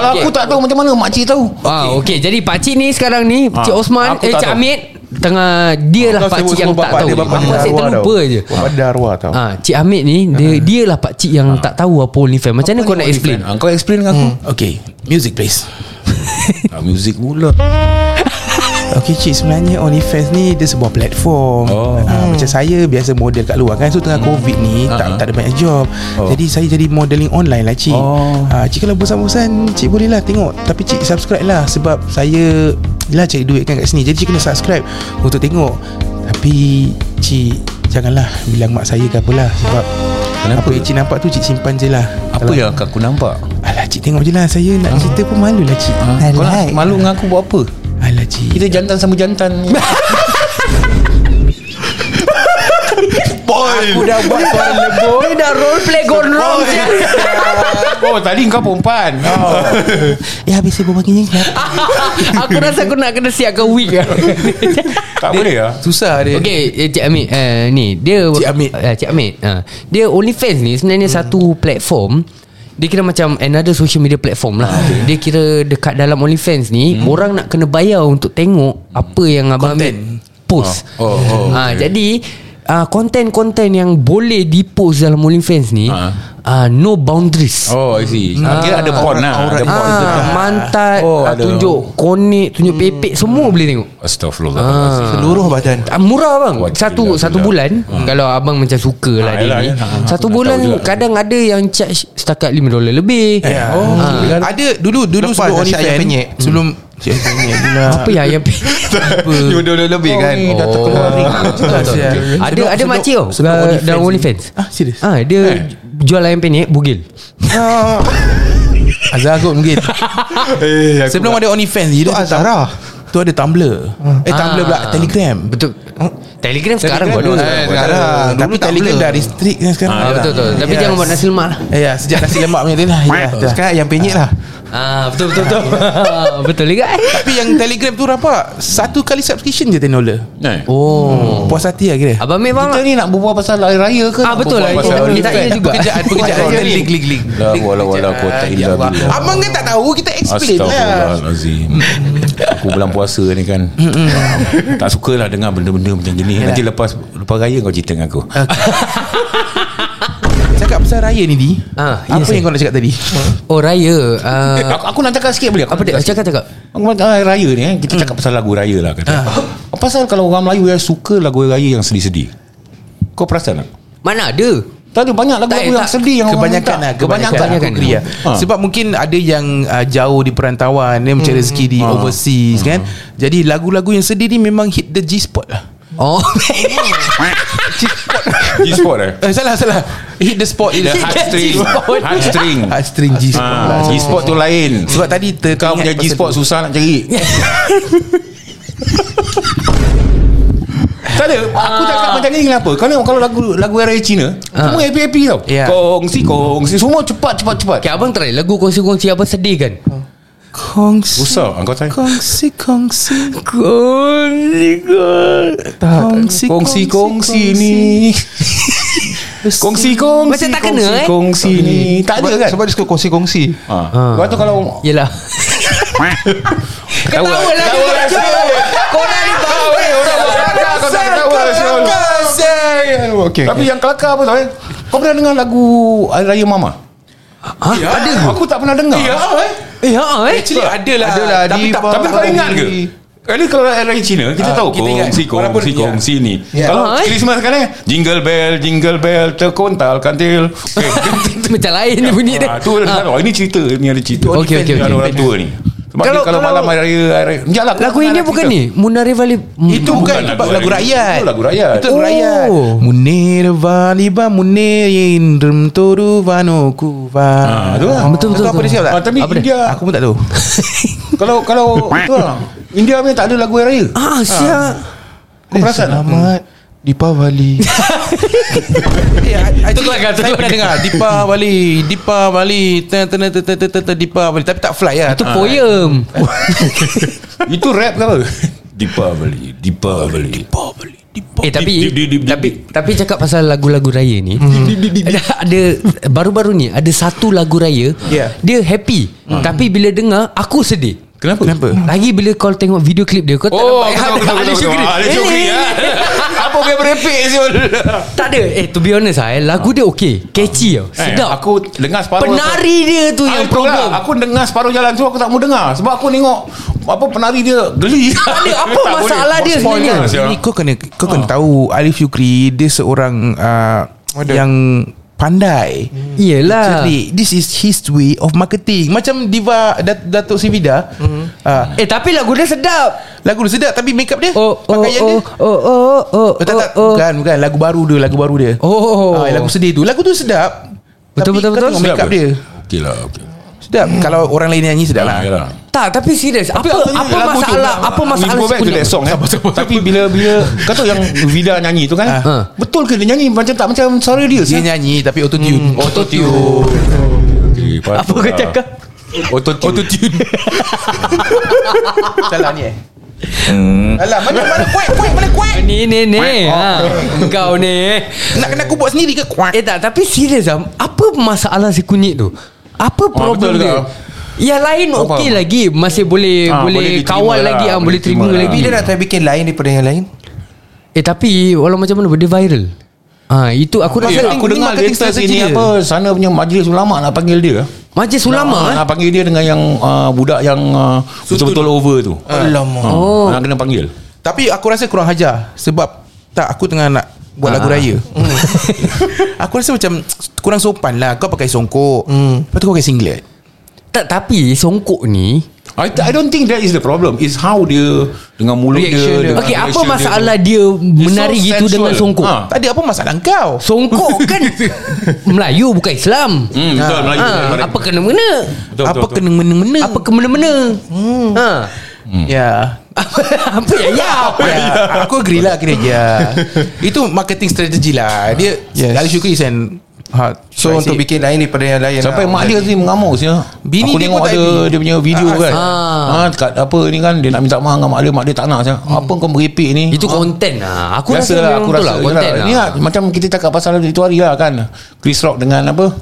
Speaker 4: Kalau aku tak tahu macam mana makcik tahu
Speaker 3: Ah, okay. Jadi pakcik ni sekarang ni Cik
Speaker 4: Ah,
Speaker 3: Osman
Speaker 4: aku
Speaker 3: Eh
Speaker 4: tak
Speaker 3: Cik
Speaker 4: tahu.
Speaker 3: Amir Tengah Dia lah
Speaker 2: Kau sebut
Speaker 3: pakcik yang
Speaker 2: semua
Speaker 3: tak
Speaker 2: bapak
Speaker 3: tahu
Speaker 2: dia, bapak
Speaker 3: Aku
Speaker 2: dia
Speaker 3: asyik
Speaker 2: arwah
Speaker 3: terlupa je
Speaker 2: Bapak dia arwah tau
Speaker 3: Ah, Cik Amir ni dia, dia lah pakcik yang tak tahu apa OnlyFans Macam mana kau nak explain?
Speaker 4: Ah, Kau explain dengan aku
Speaker 2: Okay Music please
Speaker 4: Ah, Music mula
Speaker 2: Okay cik Sebenarnya OnlyFans ni Dia sebuah platform
Speaker 4: Oh.
Speaker 2: Ah, Macam saya Biasa model kat luar kan So tengah COVID ni
Speaker 4: Ah, ah.
Speaker 2: tak, tak ada banyak job
Speaker 4: Oh.
Speaker 2: Jadi saya jadi modeling online lah cik
Speaker 4: Oh.
Speaker 2: Ah, Cik kalau bosan-bosan Cik boleh lah tengok Tapi cik subscribe lah Sebab saya Lah cari duit kan kat sini Jadi cik kena subscribe Untuk tengok Tapi Cik Janganlah Bilang mak saya ke apalah Sebab
Speaker 4: Kenapa?
Speaker 2: Apa yang cik nampak tu Cik simpan je lah
Speaker 4: Apa
Speaker 2: Kalau-
Speaker 4: ya? yang aku nampak
Speaker 2: Alah cik tengok je lah Saya nak cerita pun malu lah cik
Speaker 4: Ah, Kau nak malu dengan aku buat apa
Speaker 2: Alah cik
Speaker 4: Kita jantan sama jantan
Speaker 2: Aku dah buat suara lebur
Speaker 3: Dia dah role play gone wrong je
Speaker 4: Oh tadi kau perempuan oh.
Speaker 2: Ya habis sibuk pagi ni
Speaker 3: Aku rasa aku nak kena siapkan wig
Speaker 4: Tak boleh lah
Speaker 2: Susah dia
Speaker 3: Okay eh, Cik Amit uh, Ni dia
Speaker 2: Cik Amit.
Speaker 3: uh, Cik Amit uh, Dia OnlyFans ni Sebenarnya hmm. satu platform Dia kira macam Another social media platform lah Dia kira Dekat dalam OnlyFans ni hmm. Orang nak kena bayar Untuk tengok Apa yang Abang Amit
Speaker 2: Content.
Speaker 3: Post
Speaker 4: Oh, oh, oh,
Speaker 3: Ah,
Speaker 4: okay.
Speaker 3: Jadi ah, Konten-konten yang Boleh dipost dalam OnlyFans ni
Speaker 4: Ah.
Speaker 3: ah, No boundaries
Speaker 4: Oh I see ah. Kira ada porn lah Ada porn
Speaker 3: ah, Mantat oh,
Speaker 4: Oh, ada.
Speaker 3: Tunjuk konik Tunjuk pepek Semua boleh tengok
Speaker 4: Astaghfirullahaladzim
Speaker 7: Seluruh badan
Speaker 3: Ah, Murah bang
Speaker 4: Wah,
Speaker 3: Satu
Speaker 4: gila,
Speaker 3: satu
Speaker 4: gila.
Speaker 3: bulan Kalau abang macam suka lah
Speaker 4: Ah,
Speaker 3: dia
Speaker 4: yelah,
Speaker 3: ni
Speaker 4: yelah. Ah,
Speaker 3: Satu
Speaker 4: aku
Speaker 3: bulan
Speaker 4: tak tahu juga.
Speaker 3: Kadang ada yang charge Setakat 5 dolar lebih
Speaker 2: Ya. Oh,
Speaker 3: Ah.
Speaker 2: ada dulu dulu
Speaker 7: Lepas
Speaker 2: sebelum
Speaker 7: asyik ayam
Speaker 2: OnlyFans
Speaker 7: penyek.
Speaker 2: sebelum Cik ayam penyek pula.
Speaker 3: Apa yang yang
Speaker 7: Dua dolar lebih kan
Speaker 3: Oh.
Speaker 2: Kasihan.
Speaker 3: Ada
Speaker 2: Sedok-
Speaker 3: ada
Speaker 2: sedok-
Speaker 3: makcik tau
Speaker 2: sedok
Speaker 3: dah-
Speaker 2: OnlyFans
Speaker 3: Dalam
Speaker 2: ni.
Speaker 3: OnlyFans
Speaker 2: Ah, serius?
Speaker 3: Ah, Dia jual ayam penyet Bugil
Speaker 2: Azhar kot mungkin Sebelum ada OnlyFans Itu
Speaker 7: Itu Azara
Speaker 2: Tu ada Tumblr Eh Tumblr pula Telegram
Speaker 3: Betul Telegram Ah. Eh, sekarang
Speaker 4: Telegram
Speaker 3: kot dulu
Speaker 2: Eh,
Speaker 4: dah ada.
Speaker 7: Sekarang
Speaker 2: Tapi
Speaker 7: Dulu
Speaker 2: Telegram dah restrict kan sekarang
Speaker 3: Ah, Betul betul Tapi
Speaker 2: Yes.
Speaker 3: jangan buat nasi lemak lah
Speaker 2: Ya sejak nasi lemak punya dia lah Ya dah
Speaker 7: Sekarang yang penyek lah
Speaker 3: Ah, Betul betul betul Betul juga eh
Speaker 2: Tapi yang Telegram tu rapat Satu kali subscription je $10
Speaker 4: Eh.
Speaker 3: Oh
Speaker 2: Puas hati lah kira
Speaker 3: Abang Mir
Speaker 4: Kita
Speaker 3: bang
Speaker 4: ni nak berbual pasal hari raya ke?
Speaker 3: Ah
Speaker 4: nak
Speaker 3: betul lah Kita kena
Speaker 4: berbual pasal hari
Speaker 3: letak
Speaker 4: raya?
Speaker 3: dia juga
Speaker 2: Pekerjaan Pekerjaan
Speaker 4: Pekerjaan.
Speaker 2: Link link link
Speaker 4: La wala wala kota illa billah.
Speaker 2: Abang kan tak tahu Kita explain lah
Speaker 4: Astagfirullahalazim.
Speaker 3: lah.
Speaker 4: Aku bulan puasa ni kan. tak sukalah dengar benda-benda macam gini. Nanti lepas lepas raya kau cerita dengan aku.
Speaker 2: Cakap pasal raya ni Di
Speaker 3: Ah,
Speaker 2: Ya. Apa
Speaker 3: yes,
Speaker 2: yang
Speaker 3: eh.
Speaker 2: kau nak cakap tadi
Speaker 3: Oh raya ah,
Speaker 4: Eh, Aku, aku nak cakap sikit boleh aku
Speaker 3: Apa dia
Speaker 4: nak sikit?
Speaker 3: Cakap Mm. cakap
Speaker 4: Aku nak cakap hari raya ni eh, Kita cakap pasal lagu raya lah
Speaker 3: Ah.
Speaker 4: kata. Pasal kalau orang Melayu yang suka lagu raya yang sedih-sedih Kau perasan tak?
Speaker 3: Mana ada
Speaker 4: Tak ada banyak
Speaker 3: Tak,
Speaker 4: lagu-lagu
Speaker 3: tak.
Speaker 4: yang sedih yang orang
Speaker 2: Kebanyakan
Speaker 4: minta.
Speaker 2: lah Kebanyakan,
Speaker 3: Kebanyakan.
Speaker 2: aku agree lah.
Speaker 4: Ha.
Speaker 2: Sebab mungkin ada yang uh, Jauh di perantauan Dia
Speaker 4: Hmm.
Speaker 2: mencari rezeki
Speaker 4: Ha.
Speaker 2: di overseas kan Jadi lagu-lagu yang sedih ni Memang hit the G-spot lah
Speaker 3: Oh
Speaker 4: G-spot eh?
Speaker 2: Eh salah salah Hit the spot
Speaker 4: The heartstring Heartstring
Speaker 2: Heartstring G-spot lah
Speaker 4: Ah, G-spot tu lain
Speaker 2: Sebab tadi ter-
Speaker 4: Kau punya
Speaker 2: teringat pasal
Speaker 4: G-spot
Speaker 2: tu.
Speaker 4: susah nak cari Tak ada Aku cakap macam ni kenapa Kau tengok kalau lagu Lagu era Cina Semua happy-happy tau
Speaker 2: Ya.
Speaker 4: Kongsi kongsi Semua cepat cepat cepat
Speaker 3: Okay abang try Lagu kongsi-kongsi apa sedih kan
Speaker 2: Kongsi
Speaker 4: Susah ah, Kau try
Speaker 2: Kongsi Kongsi
Speaker 3: Kongsi
Speaker 2: Kongsi
Speaker 4: Kongsi kongsi ni Kongsi kongsi
Speaker 3: Macam tak kena,
Speaker 4: kongsi,
Speaker 3: eh?
Speaker 4: Kongsi ni Tak ada kan
Speaker 7: Sebab Ya. dia suka kongsi-kongsi
Speaker 4: Ha. Lepas tu kalau
Speaker 3: Yelah
Speaker 4: Ketawa
Speaker 3: lah,
Speaker 4: Ketawa lah Syul.
Speaker 3: Kau nak
Speaker 4: Ketawa eh, Orang buat kelakar Kau tak ketawa Syul.
Speaker 7: Okay
Speaker 4: Tapi yang kelakar apa tau eh Kau pernah dengar lagu Hari Raya Mama
Speaker 3: ha? Ada
Speaker 4: Aku tak pernah dengar
Speaker 2: Ya eh
Speaker 3: Eh ha eh
Speaker 2: Actually ada lah
Speaker 7: Adalah
Speaker 2: Tapi
Speaker 7: di-
Speaker 2: tak
Speaker 4: Tapi kau ingat ke Kalau kalau hari Cina Kita
Speaker 2: Ah,
Speaker 4: tahu
Speaker 2: kita
Speaker 4: Kong,
Speaker 2: ingat.
Speaker 4: si Kong,
Speaker 2: Walaupun-
Speaker 4: si Kong,
Speaker 2: ya.
Speaker 4: si ni
Speaker 2: Ya.
Speaker 4: Kalau
Speaker 3: Ah, eh.
Speaker 4: Christmas sekarang Jingle bell, jingle bell Terkontal, kantil Eh, kantil.
Speaker 3: Macam lain dia bunyi dia.
Speaker 4: Ah, tu
Speaker 3: Ah.
Speaker 4: ah. Ini cerita Ni ada cerita
Speaker 3: Okey, okey,
Speaker 4: Dengan
Speaker 3: okey.
Speaker 4: orang tua ni Sebab
Speaker 2: Kalau-
Speaker 4: kalau, dia, kalau,
Speaker 2: kalau-
Speaker 4: malam hari raya hari, Sekejap lah,
Speaker 3: Lagu
Speaker 4: kau
Speaker 3: ini
Speaker 4: nak Hmm.
Speaker 3: bukan
Speaker 4: cerita.
Speaker 3: ni Munare Valley
Speaker 2: Itu bukan,
Speaker 4: bukan
Speaker 2: lagu,
Speaker 4: lagu
Speaker 2: lagu
Speaker 4: hari-
Speaker 2: rakyat.
Speaker 4: itu lagu rakyat.
Speaker 2: Itu lagu
Speaker 3: Oh.
Speaker 2: rakyat. Munir valiba munir indrum toru vano kuva.
Speaker 4: Ah, tu lah.
Speaker 3: Betul, betul,
Speaker 2: Kau apa
Speaker 3: betul.
Speaker 2: dia siap tak?
Speaker 4: Ah, tapi
Speaker 3: Apa dia?
Speaker 4: India
Speaker 2: Aku pun tak tahu.
Speaker 4: Kalau kalau tu lah, India punya tak ada lagu hari raya
Speaker 3: Ah siap
Speaker 4: Kau perasan tak?
Speaker 7: Eh, Selamat Deepavali
Speaker 2: Eh, I- I-
Speaker 3: Tu kelakar, tu
Speaker 2: Saya
Speaker 3: kelakar.
Speaker 2: pernah dengar Dipa Bali, Dipa Bali, ten ten ten ten ten ten Dipa Bali. Tapi tak fly lah.
Speaker 3: Itu
Speaker 4: Ah.
Speaker 3: poem
Speaker 4: Oh, Itu rap ke apa? Deepavali Deepavali Deepavali
Speaker 3: Eh tapi Tapi tapi cakap pasal lagu-lagu raya ni ada, ada Baru-baru ni Ada satu lagu raya
Speaker 2: Ya.
Speaker 3: Dia happy Tapi bila dengar Aku sedih
Speaker 2: Kenapa? Kenapa?
Speaker 3: Lagi bila kau tengok video klip dia Kau tak
Speaker 4: Oh,
Speaker 3: nampak
Speaker 4: aku tahu, aku tahu,
Speaker 3: Ali
Speaker 4: aku tahu.
Speaker 3: Syukri
Speaker 4: Ah, Ali
Speaker 3: Eh,
Speaker 4: Syukri,
Speaker 3: eh,
Speaker 4: ah.
Speaker 3: eh.
Speaker 2: Apa biar berepek Zul?
Speaker 3: Tak ada Eh to be honest lah eh, Lagu dia okay Catchy tau Sedap
Speaker 4: Eh, Aku dengar separuh
Speaker 3: Penari dia tu
Speaker 4: Ah,
Speaker 3: yang
Speaker 4: itulah.
Speaker 3: problem
Speaker 4: Aku dengar separuh jalan tu Aku tak mau dengar Sebab aku tengok Apa penari dia Geli
Speaker 3: ada, apa
Speaker 4: Tak boleh.
Speaker 3: masalah dia
Speaker 4: Spoil
Speaker 3: sebenarnya?
Speaker 4: lah, sial.
Speaker 2: Ini kau kena kau kena tahu Alif Syukri dia seorang ah, yang pandai.
Speaker 3: Hmm. Yelah
Speaker 2: Cerdik This is his way of marketing Macam Diva Dat- Datuk Sivida mm. uh,
Speaker 3: Eh tapi lagu dia sedap
Speaker 2: Lagu dia sedap Tapi makeup dia
Speaker 3: Oh oh
Speaker 2: Pakaian dia
Speaker 3: oh oh oh oh
Speaker 2: Oh, tak, tak.
Speaker 3: oh, oh.
Speaker 2: Bukan, bukan Lagu baru dia Lagu baru dia
Speaker 3: Oh.
Speaker 4: eh,
Speaker 2: Ah, Lagu sedih tu Lagu tu sedap Tapi
Speaker 3: Betul, betul, Hmm.
Speaker 2: kau
Speaker 3: betul.
Speaker 2: tengok makeup dia
Speaker 4: Okey lah okay.
Speaker 2: Sedap Kalau orang lain nyanyi sedap lah
Speaker 4: Ah, yalah.
Speaker 3: Tak tapi serius Apa apa
Speaker 4: Lagu tu,
Speaker 3: masalah
Speaker 4: ah,
Speaker 3: Apa masalah
Speaker 4: We go back to that song eh. Tapi bila bila Kau tahu yang Vida nyanyi tu kan
Speaker 3: Ah.
Speaker 4: Betul ke dia nyanyi Macam tak macam suara dia
Speaker 2: Dia nyanyi Tapi autotune hmm.
Speaker 4: Autotune okay,
Speaker 3: Apa kau cakap
Speaker 4: Autotune Autotune
Speaker 2: Salah ni eh
Speaker 4: Hmm.
Speaker 2: Alah mana mana kuat kuat mana kuat
Speaker 3: Ni ni ni ha. Kau ni
Speaker 2: Nak kena aku buat sendiri ke kuat
Speaker 3: Eh tak tapi serius lah Apa masalah si kunyit tu Apa problem dia
Speaker 4: Ah, betul juga.
Speaker 3: yang lain okey lagi Masih boleh
Speaker 4: Ah, boleh
Speaker 3: Boleh
Speaker 4: diterima
Speaker 3: kawal
Speaker 4: lah.
Speaker 3: lagi ah, Boleh
Speaker 4: Boleh
Speaker 3: terima
Speaker 4: terima lah.
Speaker 3: lagi
Speaker 7: Bila nak try bikin lain daripada yang lain
Speaker 3: Eh tapi Walau macam mana pun, Dia viral ha, Itu aku
Speaker 4: Eh,
Speaker 3: rasa
Speaker 4: aku dengar latest ini apa Sana punya majlis ulama nak panggil dia
Speaker 3: Majlis ulama
Speaker 4: nak,
Speaker 3: eh?
Speaker 4: nak panggil dia dengan yang uh, Budak yang uh, Betul-betul over tu
Speaker 7: Alamak
Speaker 4: oh. Nak kena panggil
Speaker 2: Tapi aku rasa kurang hajar Sebab Tak aku tengah nak Buat lagu raya Aku rasa macam Kurang sopan lah Kau pakai songkok Lepas tu kau pakai singlet
Speaker 3: tak, Tapi songkok ni
Speaker 4: I, I don't think that is the problem It's how dia Dengan mulut
Speaker 2: Reaction dia.
Speaker 4: dia, dia.
Speaker 3: Okey apa masalah dia Menari
Speaker 4: so
Speaker 3: gitu dengan
Speaker 4: sensual.
Speaker 3: songkok
Speaker 4: Ah.
Speaker 2: Tak ada apa masalah kau
Speaker 3: Songkok kan Melayu bukan Islam
Speaker 4: Hmm, betul,
Speaker 3: ha,
Speaker 4: Melayu, betul, Melayu.
Speaker 3: Apa kena-mena
Speaker 2: Apa
Speaker 4: Betul, betul, Ah,
Speaker 2: kena mena-mena
Speaker 3: Apa ke mana-mana hmm. ha.
Speaker 2: Ya
Speaker 3: Apa, apa ya ya apa ya?
Speaker 2: Ya, aku agree lah kira ya. Itu marketing strategi lah. Dia yes.
Speaker 7: Yes.
Speaker 2: Ali Syukri is an ha,
Speaker 7: So untuk bikin lain daripada yang lain
Speaker 4: Sampai
Speaker 7: lah.
Speaker 4: mak dia sendiri mengamuk saya.
Speaker 2: Bini
Speaker 4: Aku
Speaker 2: dia
Speaker 4: tengok
Speaker 2: pun tak
Speaker 4: ada
Speaker 2: happy.
Speaker 4: dia punya video
Speaker 2: Ah,
Speaker 4: kan.
Speaker 3: ah. Hmm.
Speaker 4: Ha, kat apa ni kan dia nak minta maaf dengan mak dia, mak dia tak nak saya. Apa kau merepek ni?
Speaker 3: Itu
Speaker 4: Ah.
Speaker 3: konten lah Aku rasa
Speaker 4: Biasalah,
Speaker 3: memang betul lah Konten lah
Speaker 4: Ni lah, macam kita cakap pasal itu hari lah kan. Chris Rock dengan apa?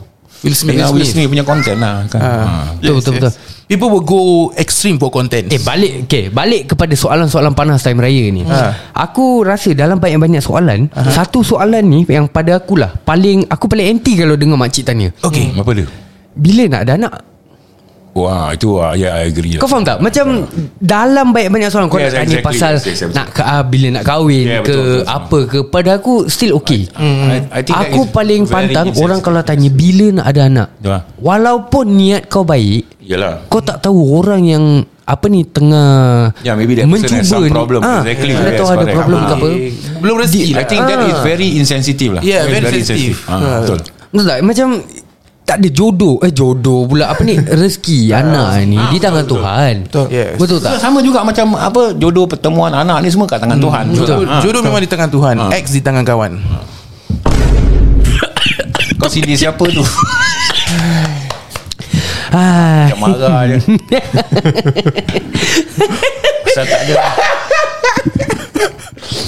Speaker 2: Will Smith.
Speaker 4: Dengan
Speaker 2: Will
Speaker 4: Will Smith punya konten lah kan. Ha.
Speaker 3: Betul betul betul
Speaker 2: People will go extreme for content.
Speaker 3: Eh balik okay, Balik kepada soalan-soalan panas Time raya ni
Speaker 2: Ha.
Speaker 3: Aku rasa dalam banyak-banyak soalan Satu soalan ni Yang pada akulah Paling Aku paling anti kalau dengar makcik tanya
Speaker 2: Okay.
Speaker 4: Apa dia?
Speaker 3: Bila nak ada anak
Speaker 4: Wah, itu ah, ya yeah, I agree.
Speaker 3: Kau faham tak? Macam dalam banyak-banyak soalan kau
Speaker 4: Yes,
Speaker 3: nak tanya
Speaker 4: exactly.
Speaker 3: pasal
Speaker 4: Yes, yes, yes,
Speaker 3: nak ke, ah, bila nak kahwin
Speaker 4: Yeah,
Speaker 3: ke
Speaker 4: betul, betul, betul.
Speaker 3: apa ke pada aku still okay.
Speaker 4: I- I
Speaker 3: Hmm,
Speaker 4: think that
Speaker 3: aku
Speaker 4: is
Speaker 3: paling
Speaker 4: very
Speaker 3: pantang
Speaker 4: insensitive.
Speaker 3: orang kalau tanya bila nak ada anak.
Speaker 4: Ya.
Speaker 3: Walaupun niat kau baik,
Speaker 4: Yalah.
Speaker 3: kau tak tahu orang yang apa ni tengah
Speaker 4: Yeah, Ya, maybe that person has some
Speaker 3: ni.
Speaker 4: problem.
Speaker 3: Ah,
Speaker 4: Exactly.
Speaker 3: Mana
Speaker 4: Yes,
Speaker 3: tahu ada
Speaker 4: correct.
Speaker 3: problem ke
Speaker 4: Ah.
Speaker 3: apa?
Speaker 2: Eh, Belum rezeki
Speaker 4: I
Speaker 2: lah.
Speaker 4: think that is very insensitive lah.
Speaker 2: Yeah,
Speaker 4: It's
Speaker 2: very sensitive. Ah.
Speaker 4: Ah, betul.
Speaker 3: Betul tak? Macam tak ada jodoh Eh jodoh pula Apa ni Rezeki
Speaker 4: Ah,
Speaker 3: anak ni Di tangan Tuhan Betul
Speaker 2: Yes.
Speaker 3: Betul tak?
Speaker 4: Sama juga macam apa jodoh pertemuan anak ni semua kat tangan Tuhan.
Speaker 2: Betul.
Speaker 4: Ah.
Speaker 2: Jodoh memang di tangan Tuhan.
Speaker 4: Ah.
Speaker 2: Ex di tangan kawan.
Speaker 4: Kau sini siapa tu?
Speaker 3: Ah.
Speaker 4: Yang marah je Pasal tak ada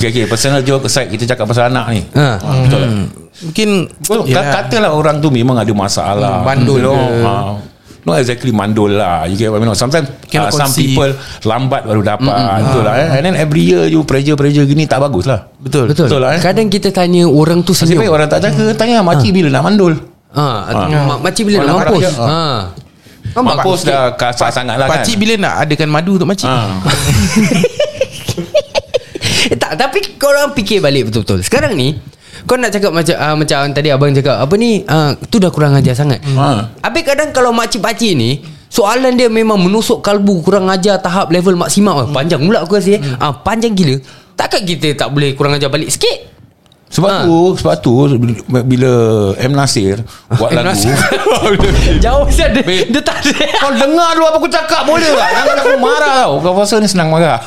Speaker 4: Okay, okay Personal joke aside Kita cakap pasal anak ni
Speaker 3: Ha.
Speaker 4: Ah, Betul tak?
Speaker 2: Hmm. Mungkin
Speaker 4: Well, yeah. Katalah orang tu memang ada masalah
Speaker 2: Ya. Hmm, bandul
Speaker 4: you know,
Speaker 2: ke.
Speaker 4: ah, Not exactly mandul lah You get what I mean Sometimes uh,
Speaker 2: Cannot
Speaker 4: Some
Speaker 2: conceive. Hmm,
Speaker 4: people Lambat baru dapat Betul lah eh? And then every year You pressure-pressure gini Tak bagus lah
Speaker 2: Betul.
Speaker 3: Betul.
Speaker 4: Betul lah, eh?
Speaker 3: Kadang kita tanya orang tu
Speaker 4: Nasib
Speaker 3: senyum.
Speaker 4: baik orang tak jaga Tanya
Speaker 2: Ah.
Speaker 4: makcik bila nak mandul
Speaker 3: Ha, ha. Macam bila nak
Speaker 4: Orang
Speaker 3: mampus.
Speaker 4: Arab dia,
Speaker 3: Ha. Mampus.
Speaker 4: Mampus dah kasar sangat lah kan
Speaker 2: Pakcik bila nak adakan madu untuk makcik?
Speaker 4: Ah.
Speaker 3: Eh, tak tapi korang fikir balik betul-betul. Sekarang ni kau nak cakap macam uh, macam tadi abang cakap apa ni uh, tu dah kurang ajar sangat.
Speaker 4: Ha.
Speaker 3: Habis kadang kalau makcik-pakcik ni Soalan dia memang menusuk kalbu Kurang ajar tahap level maksimal hmm. Panjang pula aku rasa eh. hmm. ah, Panjang gila Takkan kita tak boleh kurang ajar balik sikit
Speaker 4: Sebab
Speaker 3: Ha.
Speaker 4: tu Sebab tu Bila M. Nasir Buat lagu
Speaker 3: Jauh saya dia, dia tak ada
Speaker 4: Kau dengar dulu apa aku cakap Boleh tak Nanti aku marah tau Kau rasa ni senang marah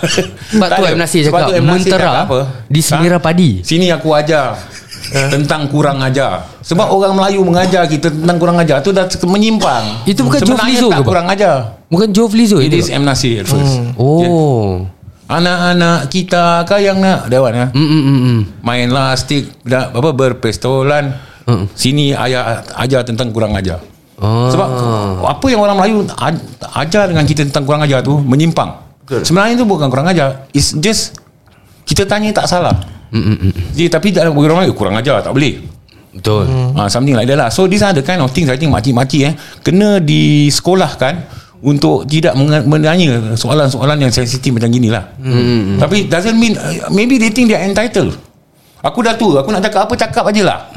Speaker 3: Sebab
Speaker 4: Tak
Speaker 3: tu
Speaker 4: ada.
Speaker 3: M. Nasir
Speaker 4: Sebab
Speaker 3: cakap,
Speaker 4: tu M. Nasir
Speaker 3: "Mentera
Speaker 4: cakap apa?
Speaker 3: di selera Ha.
Speaker 4: Ha?
Speaker 3: padi."
Speaker 4: Sini aku ajar Tentang kurang ajar
Speaker 3: Ha.
Speaker 4: Sebab orang Melayu mengajar kita Tentang kurang ajar Itu dah menyimpang
Speaker 3: Itu bukan Joe
Speaker 4: Sebenarnya
Speaker 3: Flizzo ke,
Speaker 4: tak
Speaker 3: Pak?
Speaker 4: kurang ajar
Speaker 3: Bukan Joe Flizzo
Speaker 4: It
Speaker 3: itu Hmm.
Speaker 4: is M. Nasir first
Speaker 3: Oh
Speaker 4: Anak-anak kita Kayang nak Dewan ha?
Speaker 3: mm, mm, mm, mm.
Speaker 4: Main lastik dah, apa, Berpestolan
Speaker 3: Mm.
Speaker 4: Sini ayah, ajar tentang kurang ajar
Speaker 3: Ah.
Speaker 4: Sebab apa yang orang Melayu aj- ajar dengan kita tentang kurang ajar tu menyimpang. Betul. Sebenarnya itu bukan kurang ajar. It's just kita tanya tak salah.
Speaker 3: Mm,
Speaker 4: Jadi tapi dalam orang Melayu kurang ajar tak boleh.
Speaker 3: Betul
Speaker 4: Ah, something like that lah. So these are the kind of things I think makcik-makcik eh kena disekolahkan untuk tidak menge- menanya soalan-soalan yang sensitif macam gini lah. Hmm. Tapi doesn't mean uh, maybe they think they are entitled. Aku dah tua, aku nak cakap apa cakap aje lah.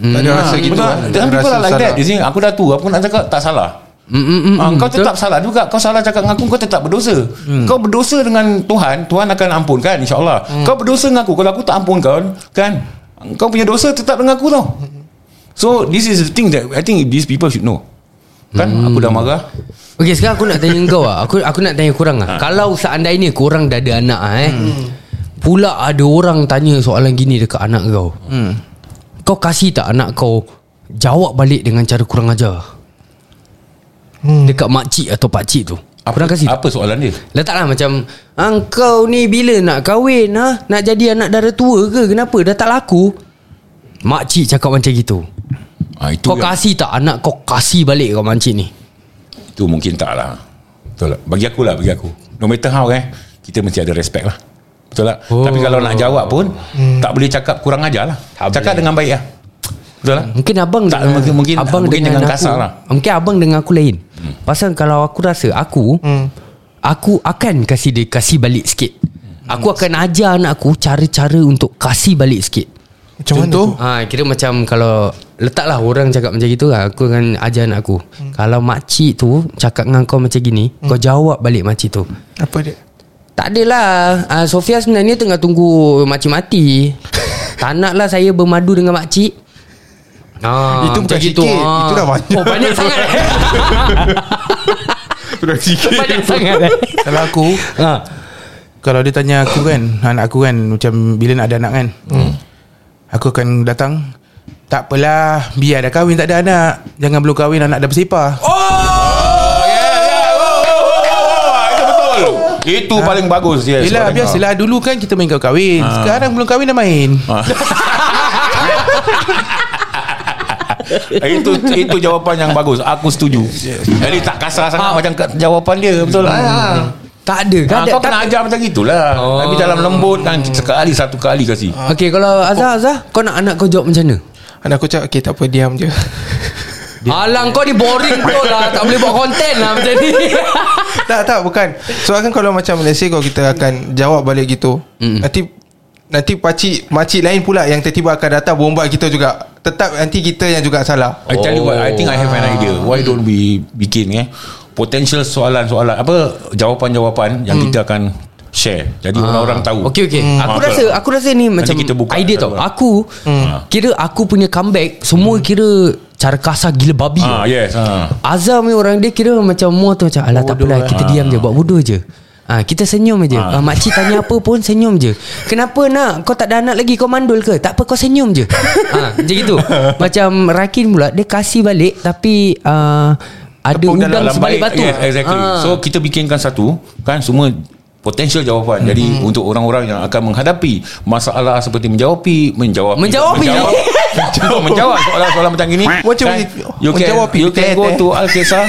Speaker 7: Tak ada rasa gitu
Speaker 4: Betul tak?
Speaker 7: kan?
Speaker 4: Some
Speaker 7: Rasa
Speaker 4: Hmm. people are like that
Speaker 7: salah.
Speaker 4: Dia sini Aku dah tua Aku nak cakap tak salah
Speaker 3: mm, mm, mm,
Speaker 4: Ah,
Speaker 3: mm,
Speaker 4: kau tetap salah juga Kau salah cakap dengan aku Kau tetap berdosa Kau berdosa dengan Tuhan Tuhan akan ampunkan InsyaAllah Kau berdosa dengan aku Kalau aku tak ampun kau Kan Kau punya dosa tetap dengan aku tau So this is the thing that I think these people should know Kan aku dah marah
Speaker 3: Okay sekarang aku nak tanya kau lah Aku aku nak tanya korang lah Kalau seandainya korang dah ada anak lah, eh Pula ada orang tanya soalan gini dekat anak kau hmm. Kau kasih tak anak kau Jawab balik dengan cara kurang ajar hmm. Dekat makcik atau pakcik tu Apa
Speaker 4: Apa,
Speaker 3: Korang kasih tak?
Speaker 4: apa soalan dia
Speaker 3: Letaklah macam Engkau ni bila nak kahwin ha? Nak jadi anak dara tua ke Kenapa dah tak laku Makcik cakap macam gitu
Speaker 4: ah, Itu
Speaker 3: Kau
Speaker 4: yang-
Speaker 3: kasih tak anak kau kasih balik kau makcik ni
Speaker 4: Itu mungkin tak lah Betul tak Bagi aku lah Bagi aku No matter how eh Kita mesti ada respect lah Betul tak oh. Tapi kalau nak jawab pun hmm. Tak boleh cakap kurang ajar lah tak Cakap boleh. dengan baik lah Betul tak
Speaker 3: Mungkin abang
Speaker 4: Tak, mungkin- mungkin- mungkin dengan kasar
Speaker 3: aku,
Speaker 4: lah.
Speaker 3: Mungkin abang dengan aku lain hmm. Pasal kalau aku rasa Aku hmm. Aku akan kasih dia Kasih balik sikit Aku akan ajar anak aku Cara-cara untuk Kasih balik sikit
Speaker 7: Macam mana
Speaker 2: Contoh?
Speaker 7: tu?
Speaker 3: ha, Kira macam kalau Letaklah orang cakap macam gitu lah, Aku akan ajar anak aku hmm. Kalau makcik tu Cakap dengan kau macam gini hmm. Kau jawab balik makcik tu
Speaker 7: Apa dia?
Speaker 3: tak adalah uh, Sofia sebenarnya tengah tunggu makcik mati Tak naklah saya bermadu dengan makcik Ah,
Speaker 7: Itu bukan
Speaker 3: macam
Speaker 7: sikit.
Speaker 3: ah.
Speaker 7: Itu dah banyak.
Speaker 3: Oh banyak sangat eh?
Speaker 7: Sudah sikit
Speaker 3: Banyak sangat eh?
Speaker 2: Kalau aku
Speaker 3: ha.
Speaker 2: Kalau dia tanya aku kan Anak aku kan Macam bila nak ada anak kan hmm. Aku akan datang Tak apalah Biar dah kahwin tak ada anak Jangan belum kahwin anak dah bersepah oh.
Speaker 4: Ah, Itu betul Itu paling bagus yes,
Speaker 2: Yelah
Speaker 4: lah.
Speaker 2: biasalah Dulu kan kita main kau kahwin ha. Sekarang belum kahwin dah main
Speaker 4: Itu itu jawapan yang bagus Aku setuju Jadi tak kasar sangat Macam ke- jawapan dia Betul lah
Speaker 3: Tak ada kan
Speaker 4: Ah,
Speaker 3: tak,
Speaker 4: kau kena ajar macam gitulah oh. Tapi dalam lembut kan Sekali satu kali kasih
Speaker 3: Okay kalau Azhar Azhar Kau nak anak kau jawab macam mana
Speaker 7: Anak aku cakap Okay tak apa diam je
Speaker 3: Alang kau ni boring betul lah Tak boleh buat konten lah macam ni
Speaker 7: Tak tak bukan Soalnya kan kalau macam Let's say kalau kita akan Jawab balik gitu mm. Nanti Nanti pakcik Makcik lain pula Yang tiba-tiba akan datang Bombat kita juga Tetap nanti kita yang juga salah
Speaker 4: I tell you what I think I have an idea Why don't we Bikin eh Potential soalan-soalan Apa Jawapan-jawapan Yang kita akan Share Jadi orang-orang tahu
Speaker 3: Okay okay
Speaker 4: Hmm.
Speaker 3: Aku
Speaker 4: Apa?
Speaker 3: rasa Aku rasa ni macam
Speaker 4: kita buka
Speaker 3: Idea
Speaker 4: satu
Speaker 3: tau
Speaker 4: orang.
Speaker 3: Aku Kira aku punya comeback Semua kira Cara kasar gila babi
Speaker 4: Ah yes ah.
Speaker 3: Azam ni orang dia kira macam Mua tu macam Alah tak apalah
Speaker 2: eh."
Speaker 3: Kita diam je Buat bodoh je Ha, kita senyum je
Speaker 2: Ah.
Speaker 3: ha. ha, Makcik tanya apa pun Senyum je Kenapa nak Kau tak ada anak lagi Kau mandul ke Tak apa kau senyum je ha, Macam gitu Macam Rakin pula Dia kasih balik Tapi uh, Ada
Speaker 4: Tepung
Speaker 3: udang
Speaker 4: dalam
Speaker 3: sebalik
Speaker 4: baik.
Speaker 3: batu
Speaker 4: Yes, exactly.
Speaker 3: Ah.
Speaker 4: So kita bikinkan satu kan semua potential jawapan. Jadi
Speaker 3: Hmm.
Speaker 4: untuk orang-orang yang akan menghadapi masalah seperti menjawapi, menjawab,
Speaker 3: Menjawapi.
Speaker 4: menjawab, menjawab, menjawab soalan-soalan macam ini.
Speaker 7: Macam
Speaker 4: kan,
Speaker 7: ni,
Speaker 4: you can,
Speaker 7: menjawapi.
Speaker 4: you can go
Speaker 7: Teh, teh.
Speaker 4: to Al Kisah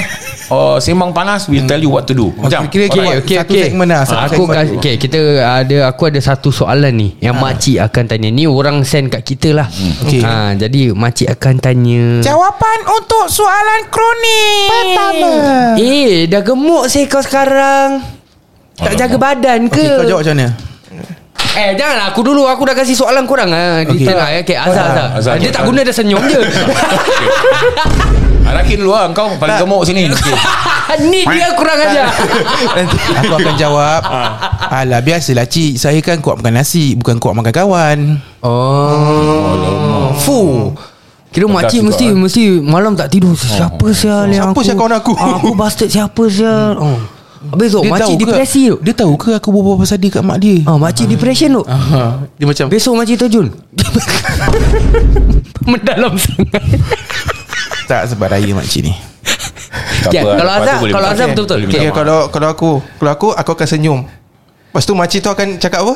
Speaker 4: or Sembang Panas will tell you what to do. Macam
Speaker 2: Kira kira
Speaker 4: Alright.
Speaker 2: okay, Satu okay. segmen lah satu
Speaker 3: Aku
Speaker 2: segmen. Ah.
Speaker 3: kasi, okay, kita ada aku ada satu soalan ni yang makcik akan tanya. Ni orang send kat kita lah.
Speaker 2: Hmm. Okey.
Speaker 3: Ha, jadi makcik akan tanya.
Speaker 2: Jawapan untuk soalan kronik Pertama
Speaker 3: Eh, dah gemuk sih kau sekarang. Tak jaga badan ke
Speaker 2: Okay, kau jawab macam mana?
Speaker 3: Eh janganlah aku dulu Aku dah kasih soalan korang ah, Di
Speaker 2: Okey.
Speaker 3: tengah ya okay, Azhar, Azhar.
Speaker 4: Azhar,
Speaker 3: Dia
Speaker 4: Azhar.
Speaker 3: tak guna dia senyum je
Speaker 4: Rakin dulu lah Kau paling gemuk sini okay.
Speaker 3: Ni dia kurang aja
Speaker 2: Nanti aku akan jawab. Alah biasalah cik, saya kan kuat makan nasi, bukan kuat makan kawan.
Speaker 3: Oh Fuh Kira makcik
Speaker 4: juga,
Speaker 3: mesti
Speaker 4: eh.
Speaker 3: mesti malam tak tidur Siapa sial yang
Speaker 7: Siapa
Speaker 3: aku
Speaker 7: sial kawan aku?
Speaker 3: Ah, Aku bastard siapa sial oh. Besok
Speaker 2: ke-
Speaker 3: makcik depresi tu
Speaker 2: Dia tahu ke aku berbual pasal dia kat mak dia?
Speaker 3: Ah, makcik depression tu
Speaker 2: Ha, dia macam
Speaker 3: Besok makcik terjun Mendalam sangat
Speaker 2: tak sebab raya mak cik ni.
Speaker 4: Tak
Speaker 3: Okay, Ya, kalau
Speaker 4: apa lah, lepas tu
Speaker 3: Azhar- kalau
Speaker 4: boleh minta
Speaker 3: Azhar
Speaker 4: maaf.
Speaker 3: betul-betul. Okay,
Speaker 4: Boleh minta
Speaker 7: Okay,
Speaker 4: maaf.
Speaker 7: kalau kalau aku Kalau aku Aku akan senyum Lepas tu makcik tu akan cakap apa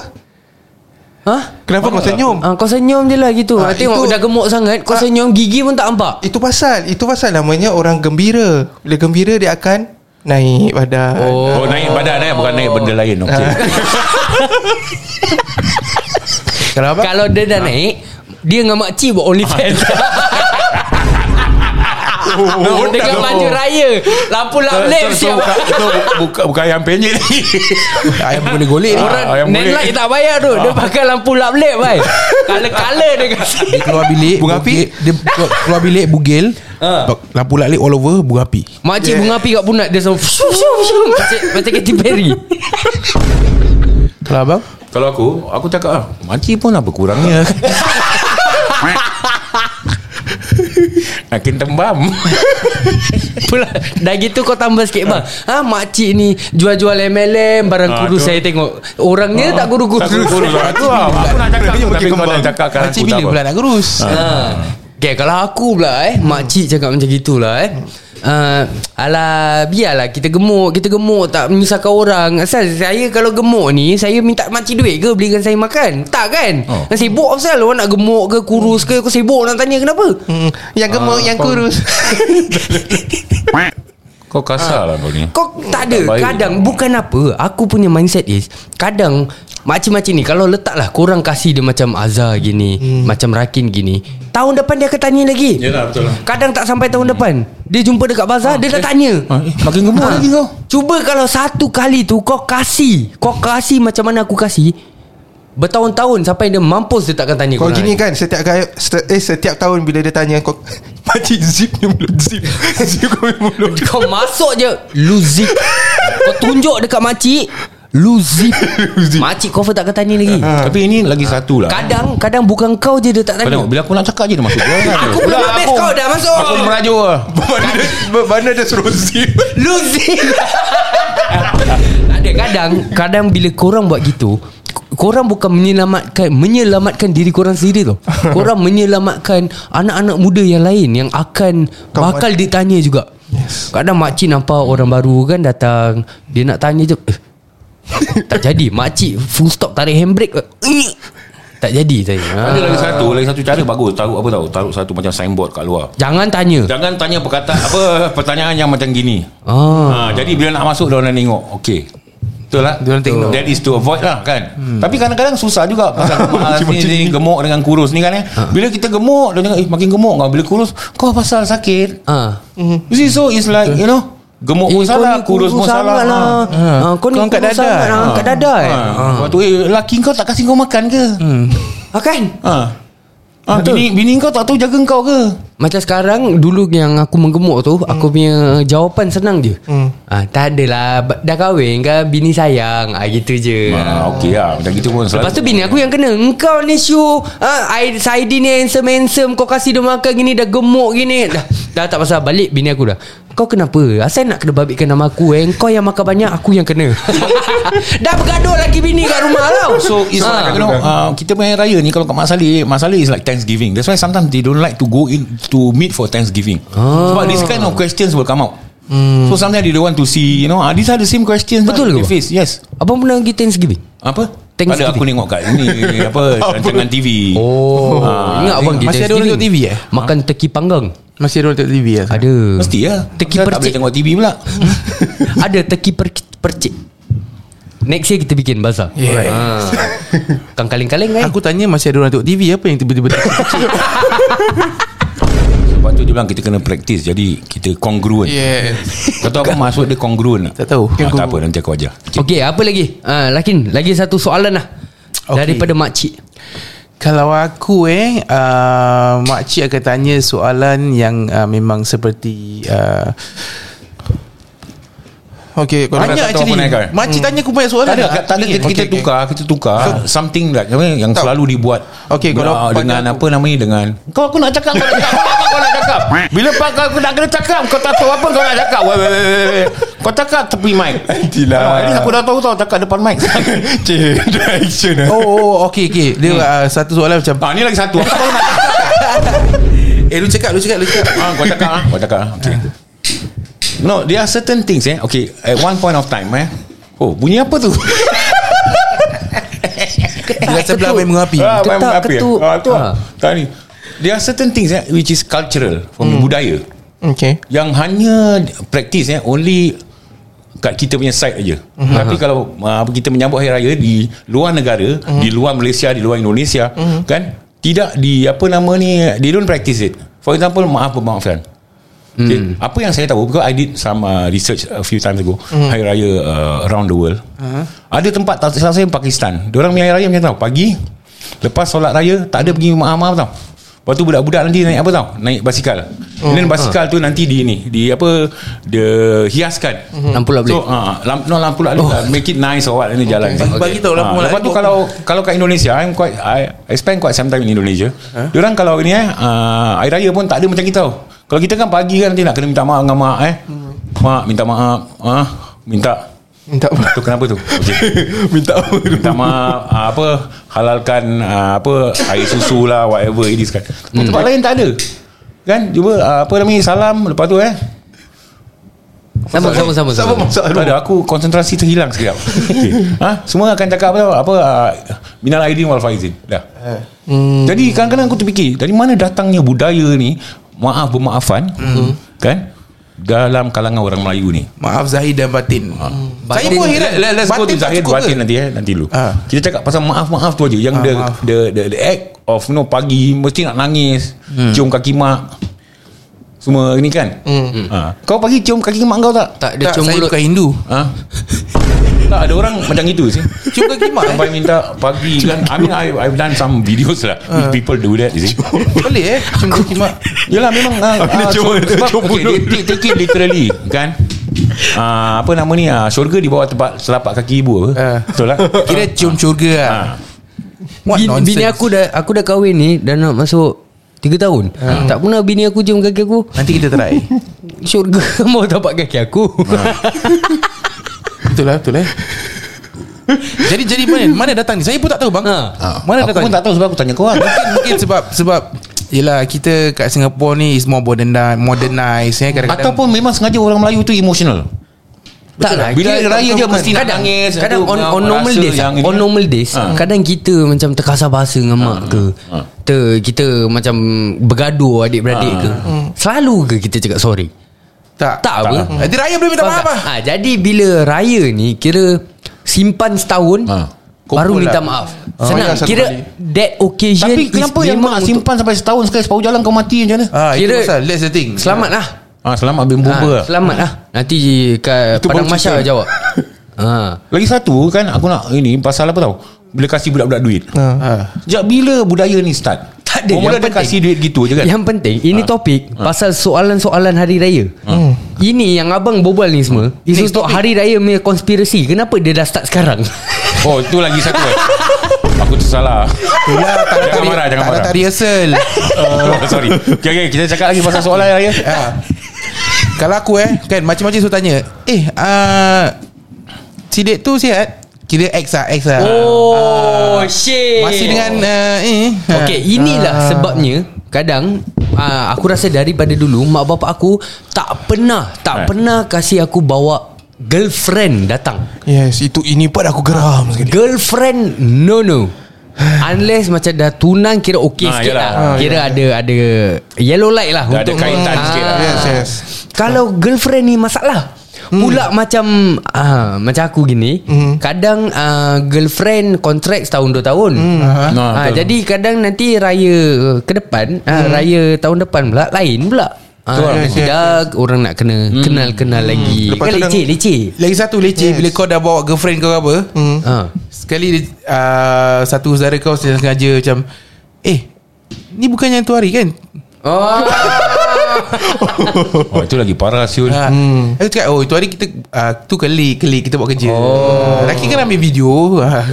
Speaker 3: Ha?
Speaker 7: Kenapa kau senyum
Speaker 3: Ah, kau senyum je lah gitu ah,
Speaker 7: Ah,
Speaker 3: Tengok
Speaker 7: itu-
Speaker 3: dah gemuk sangat Kau
Speaker 7: Ah.
Speaker 3: senyum gigi pun tak nampak
Speaker 7: Itu pasal Itu pasal namanya Orang gembira Bila gembira dia akan Naik badan
Speaker 4: Oh,
Speaker 7: oh.
Speaker 4: naik badan eh Bukan naik benda lain okay.
Speaker 2: Kalau apa?
Speaker 3: Kalau dia
Speaker 4: Ah.
Speaker 3: dah naik Dia dengan makcik buat only fans
Speaker 4: Oh,
Speaker 3: Dengan
Speaker 4: tak.
Speaker 3: kan baju raya Lampu lamlip
Speaker 4: Itu
Speaker 3: siap
Speaker 4: bukan, itu bukan, bukan ayam penyet ni
Speaker 2: Ayam boleh golek ni.
Speaker 4: Ah, yang
Speaker 3: Orang
Speaker 4: boleh. Ah.
Speaker 3: Netlight tak bayar tu Dia pakai lampu lap-lap bai Color-color dia kan. kasi
Speaker 2: Dia keluar bilik
Speaker 7: Bunga api?
Speaker 2: bugil- Dia keluar- keluar bilik Bugil
Speaker 4: Ah.
Speaker 2: Lampu lalik all over Bunga api
Speaker 3: Makcik yeah. bunga api kat punat Dia macam "Fiu, fiu, fiu." Macam Macam Katy Perry
Speaker 2: Kalau abang
Speaker 4: Kalau aku Aku cakap ah, Makcik pun apa kurangnya Makin tembam
Speaker 3: Pula Dah gitu kau tambah sikit bang Ha makcik ni Jual-jual MLM Barang
Speaker 4: Ah,
Speaker 3: guru
Speaker 4: tu.
Speaker 3: saya tengok Orangnya tak
Speaker 4: Aku
Speaker 3: guru-guru
Speaker 4: kurus lah. Aku lah Aku nak cakap tu, Tapi kau dah cakap kan
Speaker 2: Pakcik bila pula nak gerus
Speaker 3: Ha. Okay, kalau aku pula eh Makcik cakap macam gitulah eh uh, Alah Biarlah kita gemuk Kita gemuk Tak menyusahkan orang Asal saya kalau gemuk ni Saya minta makcik duit ke Belikan saya makan Tak kan
Speaker 4: Oh.
Speaker 3: oh. Sibuk pasal Orang nak gemuk ke Kurus ke Kau sibuk nak tanya kenapa
Speaker 7: hmm. Yang gemuk Yang kurus
Speaker 4: Kau kasar lah kau ni
Speaker 3: Kau tak ada
Speaker 4: Tak baik.
Speaker 3: Kadang bukan apa Aku punya mindset is Kadang Makcik-makcik ni Kalau letaklah Korang kasih dia macam Azhar gini hmm. Macam Rakin gini Tahun depan dia akan tanya lagi
Speaker 4: Yelah, betul lah.
Speaker 3: Kadang tak sampai tahun depan Dia jumpa dekat bazar Dia dah tanya
Speaker 4: Makin gemuk
Speaker 3: Ha.
Speaker 4: lagi kau
Speaker 3: Cuba kalau satu kali tu Kau kasih Kau kasih macam mana aku kasih Bertahun-tahun Sampai dia mampus Dia takkan tanya
Speaker 7: Kau
Speaker 3: korang
Speaker 7: gini
Speaker 3: lagi.
Speaker 7: kan Setiap kali seti- Eh setiap tahun Bila dia tanya kau Pakcik zip ni mulut Zip Zip kau punya mulut
Speaker 3: Kau masuk je Lose zip Kau tunjuk dekat makcik Lose zip Makcik kau tak akan tanya lagi
Speaker 4: Tapi ini lagi satu lah
Speaker 3: Kadang Kadang bukan kau je Dia tak
Speaker 4: Kau
Speaker 3: tanya
Speaker 4: tengok, Bila aku nak cakap je dia masuk
Speaker 3: Aku belum habis kau dah masuk
Speaker 4: Aku merajuk lah
Speaker 7: Mana dia, mana dia suruh zip
Speaker 3: Lose zip Tak ada Kadang Kadang bila korang buat gitu k- Korang bukan menyelamatkan Menyelamatkan diri korang sendiri tau Korang menyelamatkan Anak-anak muda yang lain Yang akan Bakal ditanya juga yes. Kadang makcik nampak Orang baru kan datang Dia nak tanya je eh, Tak jadi Makcik full stop Tarik handbrake Eh, Tak jadi saya
Speaker 4: Ada
Speaker 3: ha.
Speaker 4: lagi satu Lagi satu cara bagus Taruh apa tahu Taruh satu macam signboard kat luar
Speaker 3: Jangan tanya
Speaker 4: Jangan tanya perkataan apa pertanyaan yang macam gini.
Speaker 3: Ah.
Speaker 4: Ha, jadi bila nak masuk dia orang tengok. Okey. Betul lah
Speaker 2: Dia orang tengok.
Speaker 4: That is to avoid lah kan hmm. Tapi kadang-kadang susah juga Pasal ni, ni, gemuk dengan kurus ni kan eh Bila kita gemuk Dia cakap eh makin gemuk kau Bila kurus Kau pasal sakit
Speaker 3: Ah.
Speaker 4: You see so it's like you know Gemuk
Speaker 3: Eh,
Speaker 4: pun
Speaker 3: kau
Speaker 4: salah
Speaker 3: ni
Speaker 4: Kurus pun salah
Speaker 3: sangat lah.
Speaker 4: Ha.
Speaker 3: Ha. Kau ni
Speaker 2: Kau angkat dada.
Speaker 3: kurus sangat lah. Angkat dada eh.
Speaker 4: Ha. Lepas tu eh laki kau tak kasih kau makan ke hmm.
Speaker 3: Ha kan?
Speaker 4: Ha. ha bini, bini kau tak tahu jaga kau ke
Speaker 3: Macam sekarang Dulu yang aku menggemuk tu
Speaker 4: Hmm.
Speaker 3: Aku punya jawapan senang je ah, Tak adalah ba- Dah kahwin ke Bini sayang ah, Gitu je
Speaker 4: Ha, okey lah Macam gitu pun selalu
Speaker 3: Lepas tu bini aku yang kena Engkau ni Syu ah, I- Saidi ni handsome-handsome Kau kasih dia makan gini Dah gemuk gini Dah, dah tak pasal balik Bini aku dah Kau kenapa Asal nak kena babitkan nama aku eh Kau yang makan banyak Aku yang kena Dah bergaduh lagi bini kat rumah tau
Speaker 4: So it's
Speaker 3: Ah.
Speaker 4: like you know, uh, Kita punya raya ni Kalau kat Mak Saleh Mak Saleh is like Thanksgiving That's why sometimes They don't like to go in To meet for Thanksgiving
Speaker 3: Ah. Hmm.
Speaker 4: Sebab this kind of questions Will come out So sometimes they don't want to see You know uh, These are the same questions
Speaker 3: Betul ke,
Speaker 4: that they
Speaker 3: Abang?
Speaker 4: face Yes
Speaker 3: Abang pernah pergi Thanksgiving?
Speaker 4: Apa? Tak
Speaker 3: Thanksgiving.
Speaker 4: ada aku tengok kat Ini apa Rancangan TV
Speaker 3: Oh,
Speaker 4: Ah,
Speaker 3: ingat abang pergi
Speaker 2: masih ada orang
Speaker 3: Thanksgiving.
Speaker 2: tengok TV eh?
Speaker 3: Makan teki panggang.
Speaker 2: Masih ada orang tengok TV lah
Speaker 3: Ada.
Speaker 4: Mesti lah
Speaker 3: Teki
Speaker 4: Tak boleh
Speaker 3: percik.
Speaker 4: tengok TV pula
Speaker 3: Hmm. ada teki per- percik. Next year kita bikin bazar. Yeah.
Speaker 2: Ah.
Speaker 3: Ha. Kang kaling-kaling kan?
Speaker 2: Aku tanya masih ada orang tengok TV Apa yang tiba-tiba tak
Speaker 4: Sebab tu dia bilang kita kena practice Jadi kita congruent yeah.
Speaker 7: Yes
Speaker 4: Kau tahu apa maksud dia congruent
Speaker 2: Tak tahu.
Speaker 4: ha, Tak apa nanti aku ajar
Speaker 3: Okay. okay apa lagi uh, Lakin Lagi satu soalan lah okay.
Speaker 2: Okey.
Speaker 3: Daripada makcik
Speaker 2: Kalau aku eh uh, Makcik akan tanya soalan yang uh, memang seperti uh,
Speaker 7: Okay kalau
Speaker 4: Banyak
Speaker 2: Banyak
Speaker 4: tahu
Speaker 2: actually
Speaker 4: apa nak kau.
Speaker 2: Makcik tanya aku banyak soalan
Speaker 4: tak ada,
Speaker 2: lah.
Speaker 4: tak ada kita, kita
Speaker 7: okay.
Speaker 4: tukar kita tukar something like apa yang
Speaker 7: Tak.
Speaker 4: selalu dibuat Dengan-
Speaker 7: Okay, kalau pada
Speaker 4: dengan
Speaker 7: aku-
Speaker 4: apa nama ni dengan kau aku nak cakap kau nak cakap apa kau nak cakap bila pak kau aku nak kena cakap kau tak tahu apa kau nak cakap Weh, weh, weh, weh, weh. kau cakap tepi mic
Speaker 7: Nantilah.
Speaker 4: Ah, ini aku dah tahu tau cakap depan mic
Speaker 7: Cik Direction
Speaker 2: Oh, oh okay, okay. Dia uh, satu soalan macam
Speaker 4: ah ni lagi satu Apa kau nak cakap
Speaker 2: Eh lu cakap Lu cakap lu cakap
Speaker 4: ah, kau cakap ah kau cakap ah. okay. no there are certain things eh okay at one point of time eh oh bunyi apa tu
Speaker 2: Dengan sebelah main mengapi
Speaker 4: Ah,
Speaker 3: Ketuk,
Speaker 4: main api, eh?
Speaker 3: ketuk.
Speaker 4: Ah, tu
Speaker 3: Ah.
Speaker 4: lah. Tak ni. There are certain things eh, which is cultural from budaya
Speaker 7: Okay
Speaker 4: yang hanya practice eh only kat kita punya side aja. Mm-hmm. Tapi kalau uh, kita menyambut hari raya di luar negara, mm-hmm. di luar Malaysia, di luar Indonesia, mm-hmm. kan tidak di apa nama ni they don't practice it. For example, maaf bermaafkan. Okay. Apa yang saya tahu Because I did some uh, research A few times ago mm. Hari Raya uh, Around the world uh-huh. Ada tempat Tak salah saya Pakistan Diorang punya Hari Raya macam tau Pagi Lepas solat raya Tak ada pergi maaf-maaf tau Lepas tu budak-budak nanti Naik apa tau Naik basikal oh. And then basikal tu nanti di ni Di apa Dia hiaskan
Speaker 3: Lampu lap
Speaker 4: So uh, lamp, no, lampu lah oh. Make it nice or what Ini jalan
Speaker 2: Okay. Bagi tahu lampu
Speaker 4: Ah,
Speaker 2: lah.
Speaker 4: Lepas tu kalau Kalau kat Indonesia I'm quite I, I spend quite some time in Indonesia huh? Diorang kalau ni eh uh, Air raya pun tak ada macam kita tau Kalau kita kan pagi kan Nanti nak kena minta maaf dengan mak eh Mak minta maaf ah, Minta
Speaker 7: Minta apa
Speaker 4: Tu kenapa tu okay.
Speaker 7: Minta apa tu
Speaker 4: Minta maaf ah, Apa Halalkan ah, Apa Air susu lah Whatever it is kan hmm. Tempat lain tak ada Kan Cuba ah, Apa namanya Salam Lepas tu eh
Speaker 3: Sama sama sama,
Speaker 7: Siapa
Speaker 3: sama.
Speaker 7: masak
Speaker 4: Tak
Speaker 7: tu
Speaker 4: ada aku konsentrasi terhilang sekejap. okay. ha? Semua akan cakap apa tau? apa uh, minal aidin wal faizin. Dah. Hmm. Jadi kadang-kadang aku terfikir dari mana datangnya budaya ni maaf bermaafan hmm. kan dalam kalangan orang Melayu ni.
Speaker 2: Maaf Zahid dan Batin Saya
Speaker 3: Batin-
Speaker 2: pun heran
Speaker 4: Let, let's go to
Speaker 2: tak
Speaker 4: Zahid
Speaker 2: cukup ke?
Speaker 4: Batin nanti eh nanti dulu. Ah,
Speaker 2: Ah.
Speaker 4: Kita cakap pasal maaf-maaf tu aja yang the,
Speaker 2: maaf.
Speaker 4: the the the act of no pagi mesti nak nangis, cium kaki mak. Semua ni kan. Hmm. Ha. Kau pagi cium kaki mak kau tak?
Speaker 3: Tak dia
Speaker 2: Tak
Speaker 3: cium
Speaker 2: saya
Speaker 3: mulut
Speaker 2: bukan Hindu
Speaker 4: Ha? tak ada orang macam itu sih.
Speaker 2: Cuma kimak
Speaker 4: Sampai minta pagi kan I mean I, I've done some videos lah
Speaker 3: Ha.
Speaker 4: uh. People do that you see
Speaker 2: Boleh eh Cuma kimak
Speaker 4: Yelah memang uh, uh, so, Sebab okay, they, they take it literally Kan uh, Apa nama ni uh, Syurga di bawah tempat Selapak kaki ibu apa
Speaker 3: Ha.
Speaker 2: Ah.
Speaker 4: Betul lah
Speaker 2: Kira cium syurga lah
Speaker 4: Ah.
Speaker 2: What
Speaker 3: Bini,
Speaker 2: nonsense
Speaker 3: bini aku dah aku dah kahwin ni dan nak masuk 3 tahun. Ha. Tak pernah bini aku cium kaki aku.
Speaker 2: Nanti kita try
Speaker 3: Syurga mau dapat kaki aku.
Speaker 2: Betul lah Betul lah jadi jadi mana mana datang ni? Saya pun tak tahu bang.
Speaker 3: Ha.
Speaker 2: Mana
Speaker 4: Aku
Speaker 2: datang?
Speaker 4: pun
Speaker 2: ni?
Speaker 4: tak tahu sebab aku tanya kau lah.
Speaker 2: mungkin, mungkin sebab sebab Yelah kita kat Singapura ni is more modern modernized eh kadang-kadang
Speaker 4: Ataupun memang sengaja orang Melayu tu emotional
Speaker 3: tak lah.
Speaker 4: Bila
Speaker 3: kira-
Speaker 4: raya dia mesti nak
Speaker 3: kadang,
Speaker 4: nangis,
Speaker 3: Kadang
Speaker 4: aduh,
Speaker 3: on,
Speaker 4: nak
Speaker 3: on normal
Speaker 4: rasa
Speaker 3: days,
Speaker 4: yang ini.
Speaker 3: on normal days,
Speaker 4: Ha.
Speaker 3: kadang kita macam terkasar bahasa dengan mak ke.
Speaker 4: Ha.
Speaker 3: Ter, kita macam bergaduh adik-beradik
Speaker 4: Ha.
Speaker 3: ke. Selalu ke kita cakap sorry?
Speaker 2: tak. lah.
Speaker 3: Tak apa.
Speaker 2: Nanti raya boleh minta
Speaker 3: Faham
Speaker 2: maaf
Speaker 3: tak?
Speaker 2: ah.
Speaker 3: Ha, jadi bila raya ni kira simpan setahun
Speaker 4: Ha.
Speaker 3: ha. baru
Speaker 2: Kumpul
Speaker 3: minta
Speaker 2: lah.
Speaker 3: maaf.
Speaker 2: Ha.
Speaker 3: Senang
Speaker 7: Bayar satu
Speaker 3: kira
Speaker 7: kali.
Speaker 3: that occasion
Speaker 4: Tapi kenapa yang mak simpan Sampai setahun sekali Separuh jalan kau mati macam mana
Speaker 2: Ah, itu
Speaker 3: Kira-
Speaker 2: pasal that's the thing.
Speaker 3: selamat lah.
Speaker 4: ha, Selamat
Speaker 3: Ha,
Speaker 4: bin bomba
Speaker 3: selamat lah. Nanti kat
Speaker 4: Itu
Speaker 3: Padang
Speaker 4: baru cerita.
Speaker 3: Masya jawab. ha.
Speaker 4: Lagi satu kan Aku nak ini Pasal apa tau Bila kasih budak-budak duit
Speaker 2: Ah.
Speaker 4: Sejak bila budaya ni start?
Speaker 3: Ha. Tak ada,
Speaker 4: Orang mula
Speaker 3: yang
Speaker 4: dia
Speaker 3: penting.
Speaker 4: kasih duit gitu je kan?
Speaker 3: Yang penting ini topik pasal soalan-soalan hari raya.
Speaker 4: Hmm.
Speaker 3: Ini yang abang bobol ni semua is
Speaker 2: Next
Speaker 3: untuk
Speaker 2: topic.
Speaker 3: hari raya punya konspirasi. Kenapa dia dah start sekarang?
Speaker 4: Oh itu lagi satu eh. Aku tersalah
Speaker 2: Itulah tak
Speaker 4: Jangan
Speaker 2: datang-
Speaker 4: marah, jangan
Speaker 2: tak
Speaker 4: marah.
Speaker 2: datang rehearsal.
Speaker 4: oh, Sorry okay, okay, Kita cakap lagi pasal soalan raya
Speaker 2: Ah. Kalau aku eh Kan macam-macam suruh tanya Eh uh, Sidik tu sihat Kira X lah X lah
Speaker 3: Oh shit.
Speaker 2: Masih dengan uh, eh.
Speaker 3: Okay inilah sebabnya Kadang uh, Aku rasa daripada dulu Mak bapak aku Tak pernah Tak
Speaker 4: Ha.
Speaker 3: pernah kasih aku bawa Girlfriend datang
Speaker 7: Yes itu ini pun aku geram sekali
Speaker 3: Girlfriend No no Unless macam dah tunang Kira okey
Speaker 4: Ah,
Speaker 3: sikit
Speaker 4: yalah.
Speaker 3: lah
Speaker 7: Ah,
Speaker 3: Kira ada ada Yellow light lah
Speaker 4: Dah ada
Speaker 3: untuk
Speaker 4: kaitan
Speaker 3: Ah.
Speaker 4: sikit lah.
Speaker 7: Yes, yes.
Speaker 3: Kalau girlfriend ni masalah Pula macam ah, Macam aku gini Kadang ah, Girlfriend Contract setahun dua tahun ah,
Speaker 4: Nah, betul.
Speaker 3: Jadi kadang nanti Raya Ke depan ah, Raya tahun depan pula Lain pula Ah, dah orang nak kena
Speaker 4: Hmm.
Speaker 3: kenal-kenal lagi.
Speaker 7: Lepas
Speaker 3: Kan
Speaker 7: tu
Speaker 3: leceh, leceh.
Speaker 2: Lagi satu leceh yes. Bila kau dah bawa girlfriend kau ke apa
Speaker 7: Mm.
Speaker 2: hmm.
Speaker 3: Ha.
Speaker 2: Sekali dia, uh, Satu saudara kau sengaja macam Eh Ni bukan yang tu hari kan
Speaker 3: Oh.
Speaker 4: Oh, itu lagi parah siul.
Speaker 2: ha. hmm. Aku cakap Oh itu hari kita uh, Tu kali Kali kita buat kerja oh. Laki kan ambil video ha.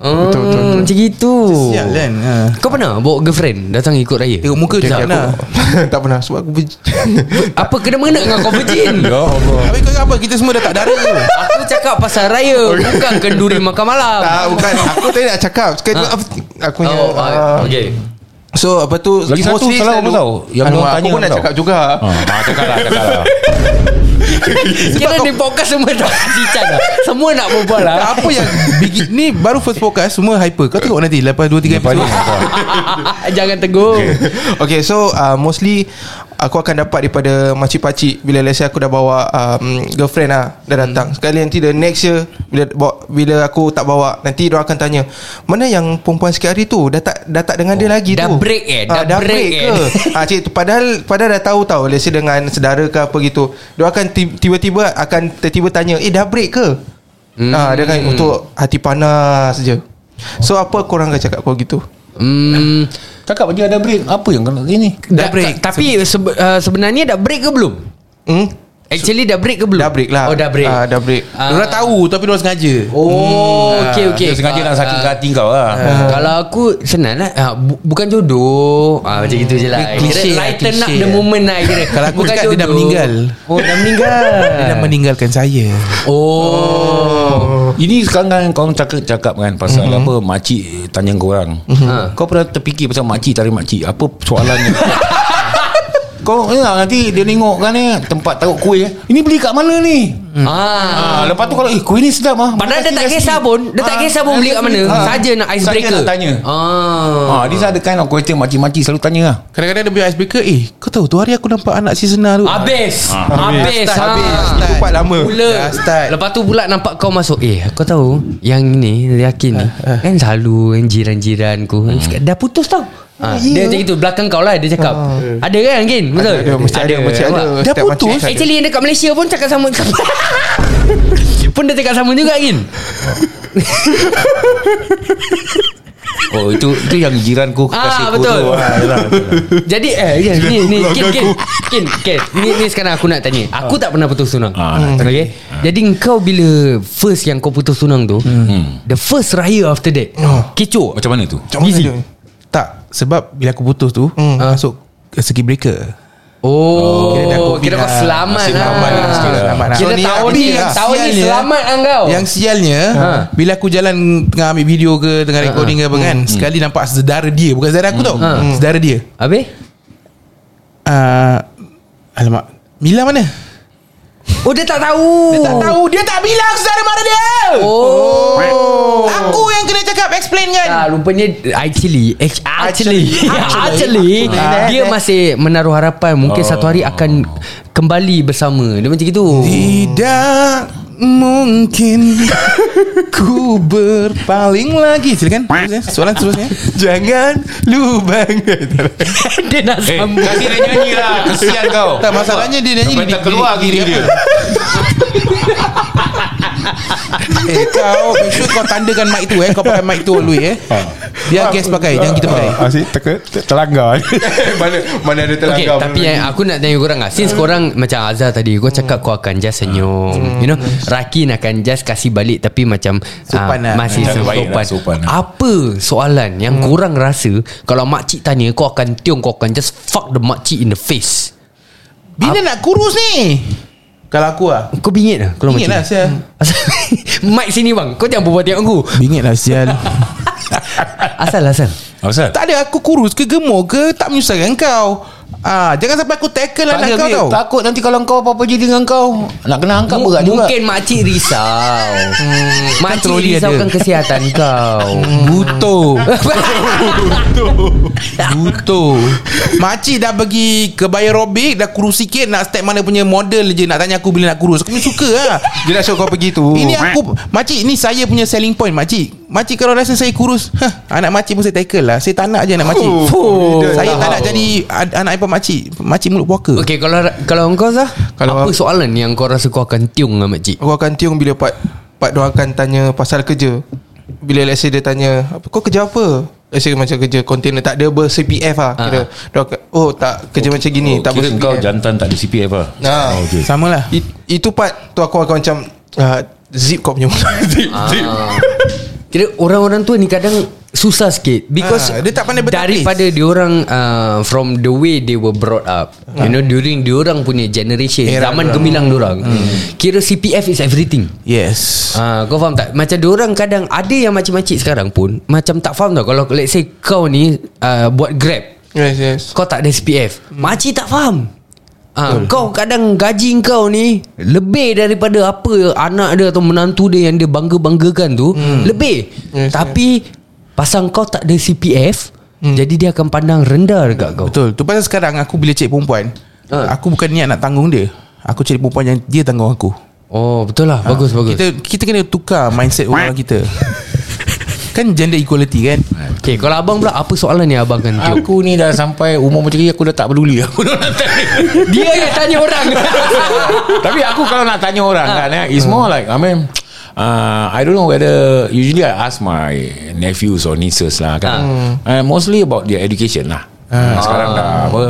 Speaker 3: Betul, betul, betul. Hmm, Macam gitu
Speaker 2: Sial kan Eh, ha.
Speaker 3: Kau pernah bawa girlfriend Datang ikut raya
Speaker 2: Tengok muka lah. okay, tak
Speaker 7: Okay, aku,
Speaker 2: nak
Speaker 7: tak pernah Sebab aku benci
Speaker 3: Apa kena-mengena dengan kau virgin
Speaker 4: Ya Allah.
Speaker 2: Habis kau ingat apa Kita semua dah tak dara ke
Speaker 3: Aku cakap pasal raya Bukan kenduri makan malam
Speaker 7: Tak Ah, bukan Aku tadi nak cakap Sekali tu, apa- Aku punya
Speaker 3: Oh
Speaker 7: ah.
Speaker 3: ah, Okay
Speaker 7: So apa tu
Speaker 4: Lagi satu
Speaker 7: mostly
Speaker 4: salah
Speaker 7: selalu-
Speaker 4: apa tau? Yang
Speaker 7: Aduh,
Speaker 4: diorang
Speaker 7: Aku
Speaker 4: tanya
Speaker 7: pun nak
Speaker 4: tau.
Speaker 7: cakap juga
Speaker 4: Ha, ah, cakap lah, cakap lah.
Speaker 3: Kira ni podcast semua dah Kasih Chan lah Semua nak berbual lah
Speaker 2: Apa yang begin, Ni baru first podcast Semua hyper Kau tengok nanti Lepas 2-3
Speaker 4: Lepas ni,
Speaker 2: episode
Speaker 4: apa?
Speaker 3: Jangan tegur
Speaker 7: Okay so uh, Mostly Aku akan dapat daripada Makcik-pakcik Bila let's say aku dah bawa um, Girlfriend lah Dah
Speaker 3: Hmm.
Speaker 7: datang Sekali nanti the next year Bila bawa, bila aku tak bawa Nanti dia akan tanya Mana yang perempuan sikit hari tu Dah tak dah tak dengan dia lagi
Speaker 3: Dah
Speaker 7: tu
Speaker 3: break eh?
Speaker 7: Ah,
Speaker 3: Dah break eh?
Speaker 7: ke ah, cik, tu Padahal Padahal dah tahu tau Let's say dengan saudara ke apa gitu Dia akan ti- tiba-tiba Akan tiba-tiba tanya Eh dah break ke hmm. ah, Dia akan untuk Hati panas je So apa korang akan cakap kalau gitu
Speaker 3: hmm,
Speaker 4: Cakap dia ada break. Apa yang kena ini?
Speaker 3: Dah break Tapi sebe- ah, sebenarnya dah break ke belum?
Speaker 7: Hmm?
Speaker 3: Actually dah break ke belum?
Speaker 7: Dah break
Speaker 3: Oh
Speaker 7: lah
Speaker 3: dah break
Speaker 7: Ah, Dah break
Speaker 2: Dia orang tahu Tapi dia orang sengaja
Speaker 3: Oh
Speaker 2: Hmm.
Speaker 3: okay okay
Speaker 4: Ah, Dia sengaja nak sakit hati kau lah.
Speaker 3: Uh, kalau aku senang lah uh, bu- Bukan jodoh uh, Macam gitu je lah
Speaker 2: Klise
Speaker 3: Kira
Speaker 2: lah,
Speaker 3: Lighten up
Speaker 2: klise
Speaker 3: the
Speaker 2: lah.
Speaker 3: moment lah kira
Speaker 2: Kalau aku cakap dia dah meninggal.
Speaker 3: Oh dah meninggal
Speaker 2: Dia dah meninggalkan saya
Speaker 3: Oh
Speaker 4: Ini sekarang kan kau cakap cakap kan pasal mm-hmm. apa makcik tanya kau orang. Mm-hmm. Kau pernah terfikir pasal makcik tarik makcik? Apa soalannya? kau ya, nanti dia tengok kan ni tempat taruh kuih eh. Ini beli kat mana ni?
Speaker 3: Ah.
Speaker 4: Ah, lepas tu kalau eh kuih ni sedap ah.
Speaker 3: Padahal dia tak kisah pun Dia tak
Speaker 4: Ah,
Speaker 3: kisah pun beli kat mana
Speaker 4: ah.
Speaker 3: Saja nak
Speaker 4: Saja
Speaker 3: icebreaker
Speaker 4: nak tanya.
Speaker 3: ah.
Speaker 4: Ha, this are the kind of question makcik-makcik selalu tanya lah.
Speaker 2: Kadang-kadang dia punya icebreaker Eh kau tahu tu hari aku nampak Anak si Sena tu
Speaker 3: Habis Habis
Speaker 2: Start,
Speaker 3: ah.
Speaker 2: habis, start.
Speaker 7: Aku part lama
Speaker 3: Mula
Speaker 2: Dah start.
Speaker 3: Lepas tu pula nampak kau masuk Eh kau tahu Yang ni Yakin ni Kan selalu yang Jiran-jiran ku cakap, Dah putus tau Ah, dia macam itu Belakang kau lah Dia cakap Ada kan Kin Betul
Speaker 7: Ada, mesti ada, mesti ada.
Speaker 3: nampak?
Speaker 2: Dah
Speaker 7: Setiap makcik
Speaker 2: putus?
Speaker 7: ada.
Speaker 3: Actually yang dekat Malaysia pun Cakap sama Pun dia cakap sama juga Kin
Speaker 4: Oh, itu itu yang jiran ku
Speaker 3: Ah,
Speaker 4: kasih
Speaker 3: betul.
Speaker 4: tu. Ah, yelah, betul.
Speaker 3: Jadi eh ya, ni ni kin kin kin kin ni ni sekarang aku nak tanya. Aku tak pernah putus tunang.
Speaker 4: Ah,
Speaker 3: Ah, okay. Jadi kau bila first yang kau putus tunang tu, Hmm. the first raya after that. Kecoh.
Speaker 4: Macam mana tu?
Speaker 7: Easy
Speaker 2: Tak Sebab bila aku putus tu hmm. Masuk ke Circuit breaker Kira
Speaker 3: Oh,
Speaker 2: dah
Speaker 3: kira,
Speaker 2: COVID
Speaker 3: kau
Speaker 2: lah.
Speaker 3: selamat lah.
Speaker 2: Selamat lah, selamat lah.
Speaker 3: Kira
Speaker 2: So, ni
Speaker 3: tahun
Speaker 2: yang
Speaker 3: ni,
Speaker 2: sial-
Speaker 3: tahun ni
Speaker 2: sialnya-
Speaker 3: selamat lah kau.
Speaker 2: Yang sialnya ha. Bila aku jalan Tengah ambil video ke Tengah
Speaker 3: Ah.
Speaker 2: recording ke apa kan Sekali nampak saudara dia Bukan saudara aku tau
Speaker 3: Hmm. Ha.
Speaker 2: Saudara dia
Speaker 3: Habis?
Speaker 2: uh, Alamak Mila mana?
Speaker 3: Oh, dia tak tahu.
Speaker 2: Dia tak tahu Dia tak bilang saudara mana dia
Speaker 3: Oh.
Speaker 2: Aku yang kena cakap Explain kan
Speaker 3: Ah, rupanya actually act- actually actually, Oh.
Speaker 7: Ah.
Speaker 3: dia masih menaruh harapan mungkin satu hari akan kembali bersama. Dia macam gitu.
Speaker 2: Tidak mungkin ku berpaling lagi. Silakan. Soalan seterusnya.
Speaker 7: Jangan lubang
Speaker 3: dia nak
Speaker 4: Eh,
Speaker 3: sambung.
Speaker 4: kasih dia nyanyi lah. Kesian kau.
Speaker 2: Tak masalahnya dia nyanyi
Speaker 4: Sampai
Speaker 2: di-
Speaker 4: tak keluar
Speaker 2: di-
Speaker 4: gigi
Speaker 2: di-
Speaker 4: dia.
Speaker 2: Eh kau make sure kau tandakan mic tu eh. Kau pakai mic tu dulu eh. Biar guest pakai, jangan kita pakai.
Speaker 4: Ah,
Speaker 7: Ah,
Speaker 5: Asyik teka, terlanggar
Speaker 7: Mana mana ada
Speaker 2: lah
Speaker 3: Okay,
Speaker 7: terlanggar
Speaker 3: tapi yang aku nak tanya korang lah
Speaker 2: Ah.
Speaker 3: Since korang macam Azhar tadi Kau
Speaker 2: Hmm.
Speaker 3: cakap kau akan just senyum You know Rakin akan just kasih balik Tapi macam
Speaker 2: Sopan lah.
Speaker 3: ah,
Speaker 2: Hmm.
Speaker 3: Masih
Speaker 4: Macam
Speaker 3: sopan,
Speaker 4: baik lah, sopan lah.
Speaker 3: Apa soalan yang korang rasa Kalau makcik tanya Kau akan tiung Kau akan just fuck the makcik in the face
Speaker 2: Bila nak kurus ni? Kalau aku ah.
Speaker 3: Kau bingit lah Kalau
Speaker 2: Bingit
Speaker 3: macam
Speaker 2: lah,
Speaker 3: ni?
Speaker 2: sial.
Speaker 3: Asal- Mic sini bang Kau jangan berbual tengok aku
Speaker 2: Bingit lah sial.
Speaker 3: Asal asal
Speaker 4: Apa pasal?
Speaker 2: tak ada aku kurus ke gemuk ke tak menyusahkan kau. Ah, jangan sampai aku tackle anak kau tau.
Speaker 4: Takut nanti kalau kau apa-apa jadi dengan kau Nak kena angkat berat juga
Speaker 3: Mungkin makcik risau hmm, Makcik
Speaker 2: troli
Speaker 3: risaukan
Speaker 2: ada.
Speaker 3: kesihatan kau
Speaker 2: Butuh Butuh Makcik dah pergi Ke biorobik Dah kurus sikit Nak step mana punya model je Nak tanya aku bila nak kurus Aku ni suka lah
Speaker 7: Dia nak show kau pergi tu
Speaker 2: Ini aku Makcik ni saya punya selling point Makcik Makcik kalau rasa saya kurus huh, Anak makcik pun saya tackle lah Saya tak nak je anak makcik
Speaker 7: Oh,
Speaker 2: Saya tak
Speaker 7: tahu.
Speaker 2: nak jadi ad- Anak ipar makcik Makcik mulut puaka
Speaker 3: Okay kalau kalau kau Zah
Speaker 7: Kalau
Speaker 3: kalau Apa
Speaker 7: aku-
Speaker 3: soalan yang kau rasa kau akan tiung dengan makcik
Speaker 7: Aku akan tiung bila Pak Pak Doh akan tanya pasal kerja Bila let's say dia tanya apa, Kau kerja apa? Let's say macam kerja container Tak ada ber-CPF lah
Speaker 2: Ah.
Speaker 7: kira. Dia akan, oh tak kerja macam gini
Speaker 4: Oh,
Speaker 7: Tak
Speaker 4: kira
Speaker 7: ber-CPF
Speaker 4: kau jantan tak ada CPF lah
Speaker 7: Nah.
Speaker 4: Oh, okay.
Speaker 2: Sama lah
Speaker 7: It, Itu part tu aku akan macam uh, Zip kau punya mulut Zip, zip.
Speaker 3: Kira orang-orang tua ni kadang susah sikit because
Speaker 2: Ah, dia tak pandai bertapis.
Speaker 3: daripada diorang uh, from the way they were brought up you know during diorang punya generation
Speaker 2: Ah. Era diorang. Hmm.
Speaker 3: zaman gemilang diorang kira CPF is everything
Speaker 2: Yes
Speaker 3: Ah, kau faham tak? Macam diorang kadang ada yang macam-macam sekarang pun macam tak faham tau kalau let's say kau ni uh, buat Grab
Speaker 7: Yes yes
Speaker 3: kau tak ada SPF Makcik tak faham ha, Kau kadang gaji kau ni Lebih daripada apa Anak dia atau menantu dia Yang dia bangga-banggakan tu hmm. Lebih yes, Tapi Pasang kau tak ada CPF hmm. Jadi dia akan pandang rendah dekat kau
Speaker 2: Betul Tu pasal sekarang Aku bila cek perempuan
Speaker 3: Ha.
Speaker 2: Aku bukan niat nak tanggung dia Aku cari perempuan yang Dia tanggung aku
Speaker 3: Oh betul lah Bagus bagus
Speaker 2: Kita kita kena tukar Mindset orang kita Kan gender equality kan
Speaker 3: Okay kalau abang pula Apa soalan yang abang akan tiup
Speaker 4: Aku ni dah sampai umur macam ni Aku dah tak peduli Aku dah nak tanya
Speaker 3: Ah, Dia yang tanya orang
Speaker 4: Tapi aku kalau nak tanya orang kan eh, It's more like I mean uh, I don't know whether Usually I ask my Nephews or nieces lah kan uh, Mostly about their education lah uh, Sekarang dah apa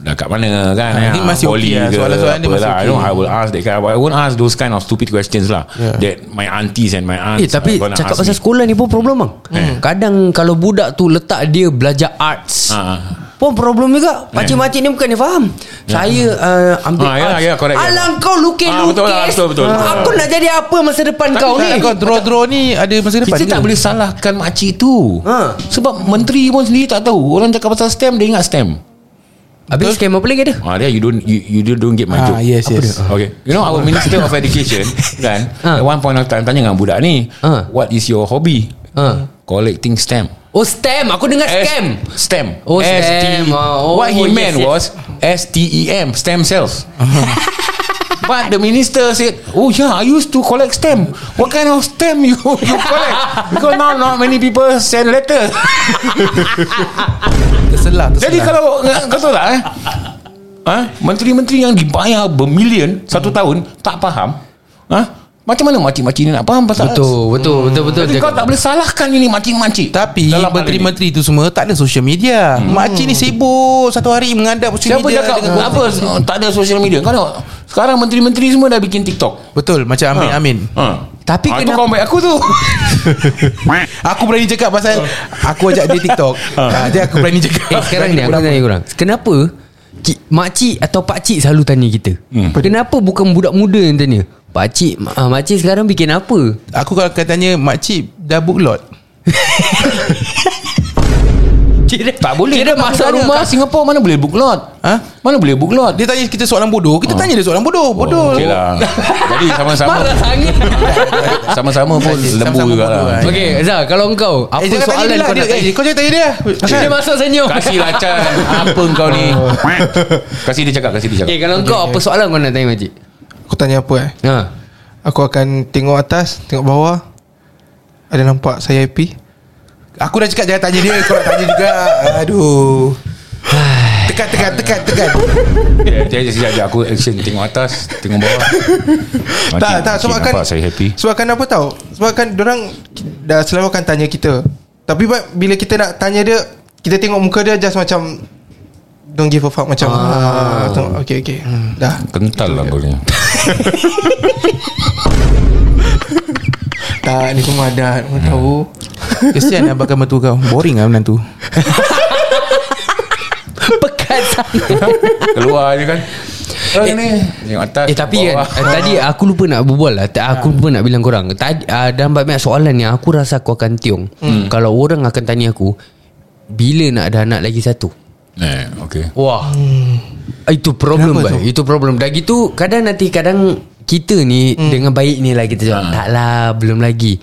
Speaker 4: Dah kat mana kan
Speaker 2: Ah,
Speaker 4: eh,
Speaker 2: ini masih okey
Speaker 4: poly
Speaker 2: lah.
Speaker 4: ke,
Speaker 2: Soalan-soalan dia
Speaker 4: apa
Speaker 2: masih
Speaker 4: lah. I,
Speaker 2: okey.
Speaker 4: don't, I will ask that kind I won't ask those kind of stupid questions lah That my aunties and my aunts
Speaker 3: Eh tapi
Speaker 4: are gonna
Speaker 3: cakap
Speaker 4: ask
Speaker 3: pasal
Speaker 4: me.
Speaker 3: sekolah ni pun problem bang
Speaker 4: Eh.
Speaker 3: Hmm. Kadang kalau budak tu letak dia belajar arts
Speaker 4: Ah, ah.
Speaker 3: Pun problem juga Pakcik-makcik ni bukan dia faham Saya uh, ambil
Speaker 4: Eh. Ya. Ah, ya,
Speaker 3: arts.
Speaker 4: ya, correct, ya.
Speaker 3: Alam kau
Speaker 4: Ah,
Speaker 3: lukis-lukis
Speaker 4: betul lah, betul, betul, betul.
Speaker 3: Aku nak jadi apa masa depan kau ni
Speaker 2: Eh, Kau draw-draw ni Ada masa depan
Speaker 4: Kita
Speaker 2: ke?
Speaker 4: tak boleh salahkan makcik tu
Speaker 3: Ha.
Speaker 4: Sebab menteri pun sendiri tak tahu Orang cakap pasal STEM Dia ingat STEM
Speaker 3: Habis scam apa lagi dia
Speaker 4: Ah, there you don't you, you don't- don't get my
Speaker 2: Ah,
Speaker 4: joke.
Speaker 2: yes,
Speaker 4: Apa
Speaker 2: yes.
Speaker 4: dia? Okay. You know our Minister of Education kan
Speaker 3: Ah.
Speaker 4: at one point of time tanya dengan budak ni,
Speaker 3: Ah.
Speaker 4: what is your hobby?
Speaker 3: Ah.
Speaker 4: Collecting stamp.
Speaker 3: Oh stem Aku dengar
Speaker 4: S-
Speaker 3: scam
Speaker 4: Stamp.
Speaker 3: Oh,
Speaker 4: S-
Speaker 3: stamp.
Speaker 4: T- E.
Speaker 3: Ah, oh,
Speaker 4: What he
Speaker 3: yes,
Speaker 4: meant
Speaker 3: yes.
Speaker 4: was S T E M stem cells. But the minister said, "Oh yeah, I used to collect stamp. What kind of stamp you you collect? Because now not many people send letter.
Speaker 2: Terselah, terselah.
Speaker 4: Jadi kalau kau tahu tak eh? Ha? Menteri-menteri yang dibayar bermilion satu tahun tak faham. Ha? Macam mana makcik-makcik ni nak faham pasal
Speaker 3: Betul Betul betul betul
Speaker 4: Jadi kau tak boleh salahkan ini makcik-makcik.
Speaker 2: Tapi
Speaker 4: Dalam hal
Speaker 2: menteri-menteri tu semua tak ada social media. Hmm. Makcik ni sibuk satu hari mengadap
Speaker 4: ini.
Speaker 2: social
Speaker 4: Siapa
Speaker 2: media.
Speaker 4: cakap
Speaker 2: dengan-
Speaker 4: apa tak ada social media? Kau tengok sekarang menteri-menteri semua dah bikin TikTok.
Speaker 2: Betul macam Amin Amin.
Speaker 4: Ha.
Speaker 3: Tapi
Speaker 4: Ah, tu
Speaker 3: kenapa-
Speaker 4: comeback aku tu.
Speaker 2: Aku berani cakap
Speaker 4: Ha.
Speaker 2: pasal aku ajak dia TikTok. ha, dia aku berani cakap.
Speaker 3: Eh sekarang ni aku
Speaker 2: Berani
Speaker 3: tanya korang Kenapa ki- Makcik atau pakcik selalu tanya kita hmm. Kenapa bukan budak muda yang tanya Pakcik ah, Makcik sekarang bikin apa
Speaker 2: Aku kalau katanya makcik dah book lot.
Speaker 3: Kira,
Speaker 4: tak boleh.
Speaker 3: Kira
Speaker 4: Kau
Speaker 3: masuk
Speaker 4: tanya,
Speaker 3: rumah
Speaker 4: kat Singapura mana boleh book lot?
Speaker 2: Ha?
Speaker 4: Mana boleh book lot?
Speaker 2: Dia tanya kita soalan bodoh, kita tanya dia soalan bodoh. Bodoh. Eh,
Speaker 4: Okey lah. Jadi sama-sama
Speaker 3: Marah sangat
Speaker 4: sama-sama pun lembu
Speaker 2: Sama-sama
Speaker 4: juga lah.
Speaker 2: bodoh, eh.
Speaker 3: Okay Zah Kalau engkau Apa
Speaker 2: Eh, jangan tanya
Speaker 3: soalan
Speaker 2: dia lah.
Speaker 3: kau
Speaker 2: Dia,
Speaker 3: nak tanya
Speaker 2: eh, kau jangan tanya dia.
Speaker 3: Dia masuk senyum
Speaker 4: Kasih lah Chan Apa kau ni Kasih dia cakap Kasih dia cakap
Speaker 3: Okay kalau engkau Apa soalan kau nak tanya makcik
Speaker 7: Aku tanya apa eh
Speaker 3: Ha
Speaker 7: Aku akan tengok atas Tengok bawah Ada nampak
Speaker 2: Eh.
Speaker 7: saya happy
Speaker 2: Aku dah cakap jangan tanya dia, kau nak tanya juga. Aduh. Tekan, tekan, tekan, tekan.
Speaker 4: Dia dia- dia- dia- Aku action Tengok atas Tengok bawah Makcik-
Speaker 7: Tak tak
Speaker 4: makcik
Speaker 7: sebab kan
Speaker 4: nampak Saya happy
Speaker 7: Sebab kan apa tahu Sebab kan orang Dah selalu akan tanya kita Tapi ba- bila kita nak tanya dia Kita tengok muka dia Just macam Don't give a fuck Macam ah. tengok, Okay okay hmm. Dah
Speaker 4: Kental lah kau ni
Speaker 7: Tak ni semua ada Kau tahu
Speaker 2: Hmm. Kesian abang mentua kau. Boring lah menantu.
Speaker 3: Pekat sangat
Speaker 4: Keluar je kan Eh, ni. Tengok atas
Speaker 3: Eh tapi kan
Speaker 4: bawah.
Speaker 3: eh, Tadi aku lupa nak berbual lah Ta- Aku lupa nak bilang korang Tadi uh, Dalam banyak soalan yang Aku Hmm. rasa aku akan tiung Kalau orang akan tanya aku Bila nak ada anak lagi satu
Speaker 4: Eh, okay.
Speaker 3: Wah
Speaker 2: Hmm.
Speaker 3: Itu problem
Speaker 7: Kenapa
Speaker 3: Kenapa Itu problem Dah gitu Kadang nanti kadang Kita ni hmm. Dengan baik ni lah
Speaker 2: Ah.
Speaker 3: Kita cakap
Speaker 4: Ha.
Speaker 3: Tak lah Belum lagi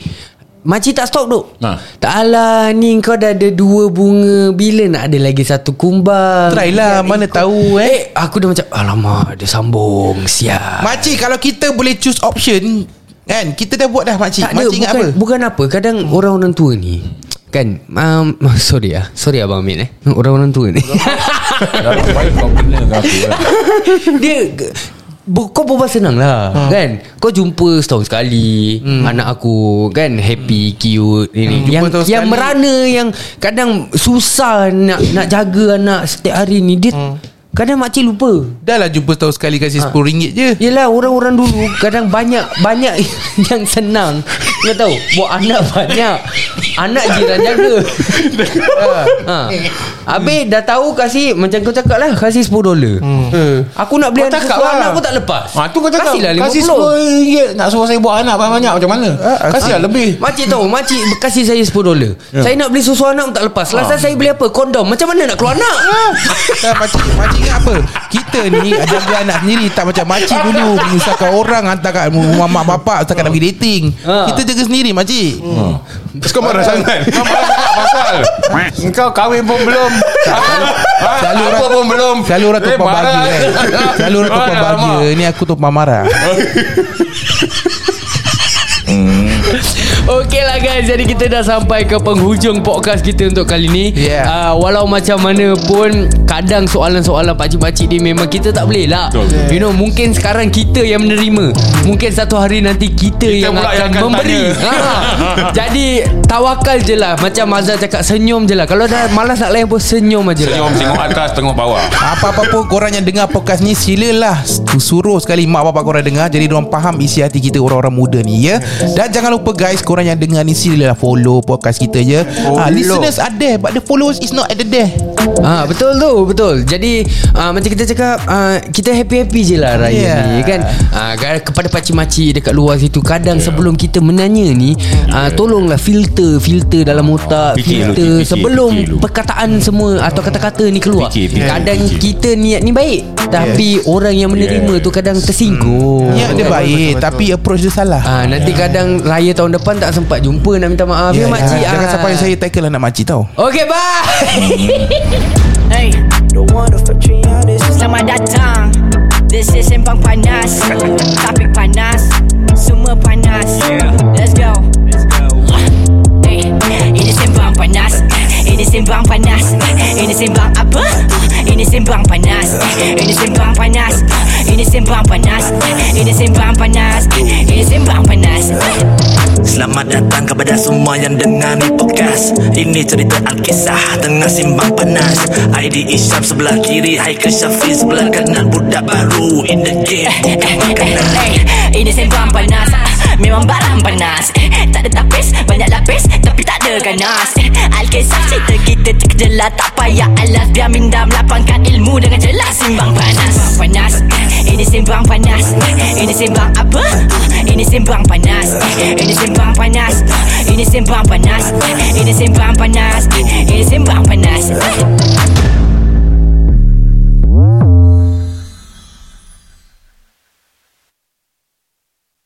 Speaker 3: Makcik tak stop duk
Speaker 2: Ah.
Speaker 4: Ha.
Speaker 3: Tak alah Ni kau dah ada dua bunga Bila nak ada lagi satu kumbang
Speaker 2: Try lah, mana
Speaker 3: ikut.
Speaker 2: tahu, eh. Ah.
Speaker 3: Eh aku dah macam Alamak Dia sambung Siap
Speaker 2: Makcik kalau kita boleh choose option Kan Kita dah buat dah makcik
Speaker 3: Tak ada
Speaker 2: Makcik ingat
Speaker 3: bukan,
Speaker 2: apa Hmm.
Speaker 3: Bukan apa Kadang orang-orang tua ni Kan um, Sorry ah Sorry abang Amin eh Orang-orang tua ni
Speaker 4: Baik kau kena dengan aku lah.
Speaker 3: Dia bu- Kau berbual senang lah
Speaker 2: Ha.
Speaker 3: hmm. Kan Kau jumpa setahun sekali hmm. Anak aku Kan happy Cute
Speaker 2: Hmm,
Speaker 3: ini.
Speaker 2: Jumpa
Speaker 3: Yang,
Speaker 2: setahun
Speaker 3: yang
Speaker 2: sekali.
Speaker 3: merana Yang kadang Susah nak nak jaga anak Setiap hari ni Dia hmm. Kadang makcik lupa
Speaker 2: Dah lah jumpa setahun sekali Kasih RM10 je
Speaker 3: Yelah orang-orang dulu Kadang banyak Banyak yang senang Kau tahu Buat anak banyak Anak jiran jaga ha. ha. Habis dah tahu kasih Macam kau cakap lah Kasih 10 dolar hmm. Aku nak beli anak
Speaker 4: Kau cakap
Speaker 3: sesuatu
Speaker 4: lah.
Speaker 3: Anak aku tak lepas
Speaker 4: Ha, tu kau cakap
Speaker 3: Kasihlah
Speaker 4: Kasih
Speaker 3: 50
Speaker 4: RM10 Nak suruh saya buat anak banyak-banyak Macam mana Kasih lah
Speaker 2: Eh.
Speaker 4: lebih
Speaker 3: Makcik tahu Makcik kasih saya 10 dolar
Speaker 2: Ya.
Speaker 3: yeah. Saya nak beli susu anak pun tak lepas Last time saya beli apa Kondom Macam mana nak keluar anak
Speaker 2: Ah. Ya. Tak makcik Makcik ingat apa Kita ni Jaga anak sendiri Tak macam makcik dulu Menyusahkan orang Hantar kat rumah mak bapak Setakat nak pergi dating
Speaker 3: Ha.
Speaker 2: Kita jaga sendiri makcik
Speaker 5: Terus kau
Speaker 4: Ah,
Speaker 5: marah sangat
Speaker 4: Kau marah tak pasal Kau kahwin pun belum
Speaker 2: Selalu
Speaker 4: Apa
Speaker 2: orang
Speaker 4: pun belum
Speaker 2: Selalu orang
Speaker 4: Eh,
Speaker 2: tumpang
Speaker 4: marah. lah,
Speaker 2: bahagia kan Selalu orang tumpang
Speaker 4: Alamak.
Speaker 2: bahagia Ni aku tumpang marah
Speaker 3: Okey lah guys Jadi kita dah sampai ke penghujung podcast kita untuk kali ni
Speaker 2: Yeah.
Speaker 3: uh, Walau macam mana pun Kadang soalan-soalan pakcik-pakcik ni Memang kita tak boleh lah yeah. You know mungkin sekarang kita yang menerima Mungkin satu hari nanti kita, kita yang,
Speaker 4: pula
Speaker 3: akan
Speaker 4: yang akan
Speaker 3: memberi ha.
Speaker 4: tanya.
Speaker 3: Jadi tawakal je lah Macam Mazhar cakap senyum je lah Kalau dah malas nak layan pun senyum je lah
Speaker 4: Senyum tengok atas Tengok bawah
Speaker 2: Apa-apa pun korang yang dengar podcast ni Silalah suruh sekali mak bapak korang dengar Jadi diorang faham isi hati kita orang-orang muda ni ya Dan jangan lupa guys korang yang dengar ni Silalah follow podcast kita ya ha, Listeners are there But the followers is not at the there
Speaker 3: Ah betul tu betul. Jadi ah, macam kita cakap ah, kita happy-happy je lah raya
Speaker 2: Yeah.
Speaker 3: yeah. ni kan. Ah gar- kepada pakcik-makcik dekat luar situ kadang yeah. sebelum kita menanya ni ah, tolonglah filter filter dalam otak
Speaker 4: Fikir dulu,
Speaker 3: filter
Speaker 4: fikir,
Speaker 3: sebelum
Speaker 4: fikir dulu.
Speaker 3: perkataan semua atau kata-kata ni keluar.
Speaker 4: Fikir, fikir,
Speaker 3: kadang
Speaker 4: fikir.
Speaker 3: kita niat ni baik tapi orang yang menerima
Speaker 4: Yes.
Speaker 3: tu kadang tersinggung.
Speaker 2: Niat dia
Speaker 3: Kan?
Speaker 2: baik
Speaker 7: betul,
Speaker 2: Tapi approach dia salah
Speaker 3: Ah nanti kadang raya tahun depan tak sempat jumpa nak minta maaf
Speaker 2: Ya,
Speaker 3: ya, ya makcik.
Speaker 2: jangan, jangan
Speaker 3: Ah.
Speaker 2: sampai saya tackle anak makcik tau
Speaker 3: Okay bye.
Speaker 1: Hey. Selamat datang This is Sembang Panas Topik panas Semua panas Let's go Hey. Ini Sembang Panas Ini Sembang Panas Ini Sembang apa? Ini Sembang Panas Ini Sembang Panas Ini Sembang Panas Ini Sembang Panas Ini Sembang Panas
Speaker 6: Selamat datang kepada semua yang dengar ni podcast Ini cerita Alkisah tengah simbang panas ID Isyam sebelah kiri Haikal Syafiq sebelah kanan Budak baru in the game
Speaker 1: Eh,
Speaker 6: bukan makanan
Speaker 1: Hey, eh, ini sembang panas Ah, Memang barang panas Eh, Tak ada tapis, banyak lapis Tapi tak ada ganas Eh, Alkisah cerita kita terkejelah Tak payah alas Biar minda melapangkan ilmu dengan jelas Simbang panas Sembang panas Eh, Ini sembang panas Eh, Ini sembang apa? Ah, Ini sembang panas Eh, Ini sembang panas Ah, Ini sembang panas Eh, Ini sembang panas Eh, Ini sembang panas Eh,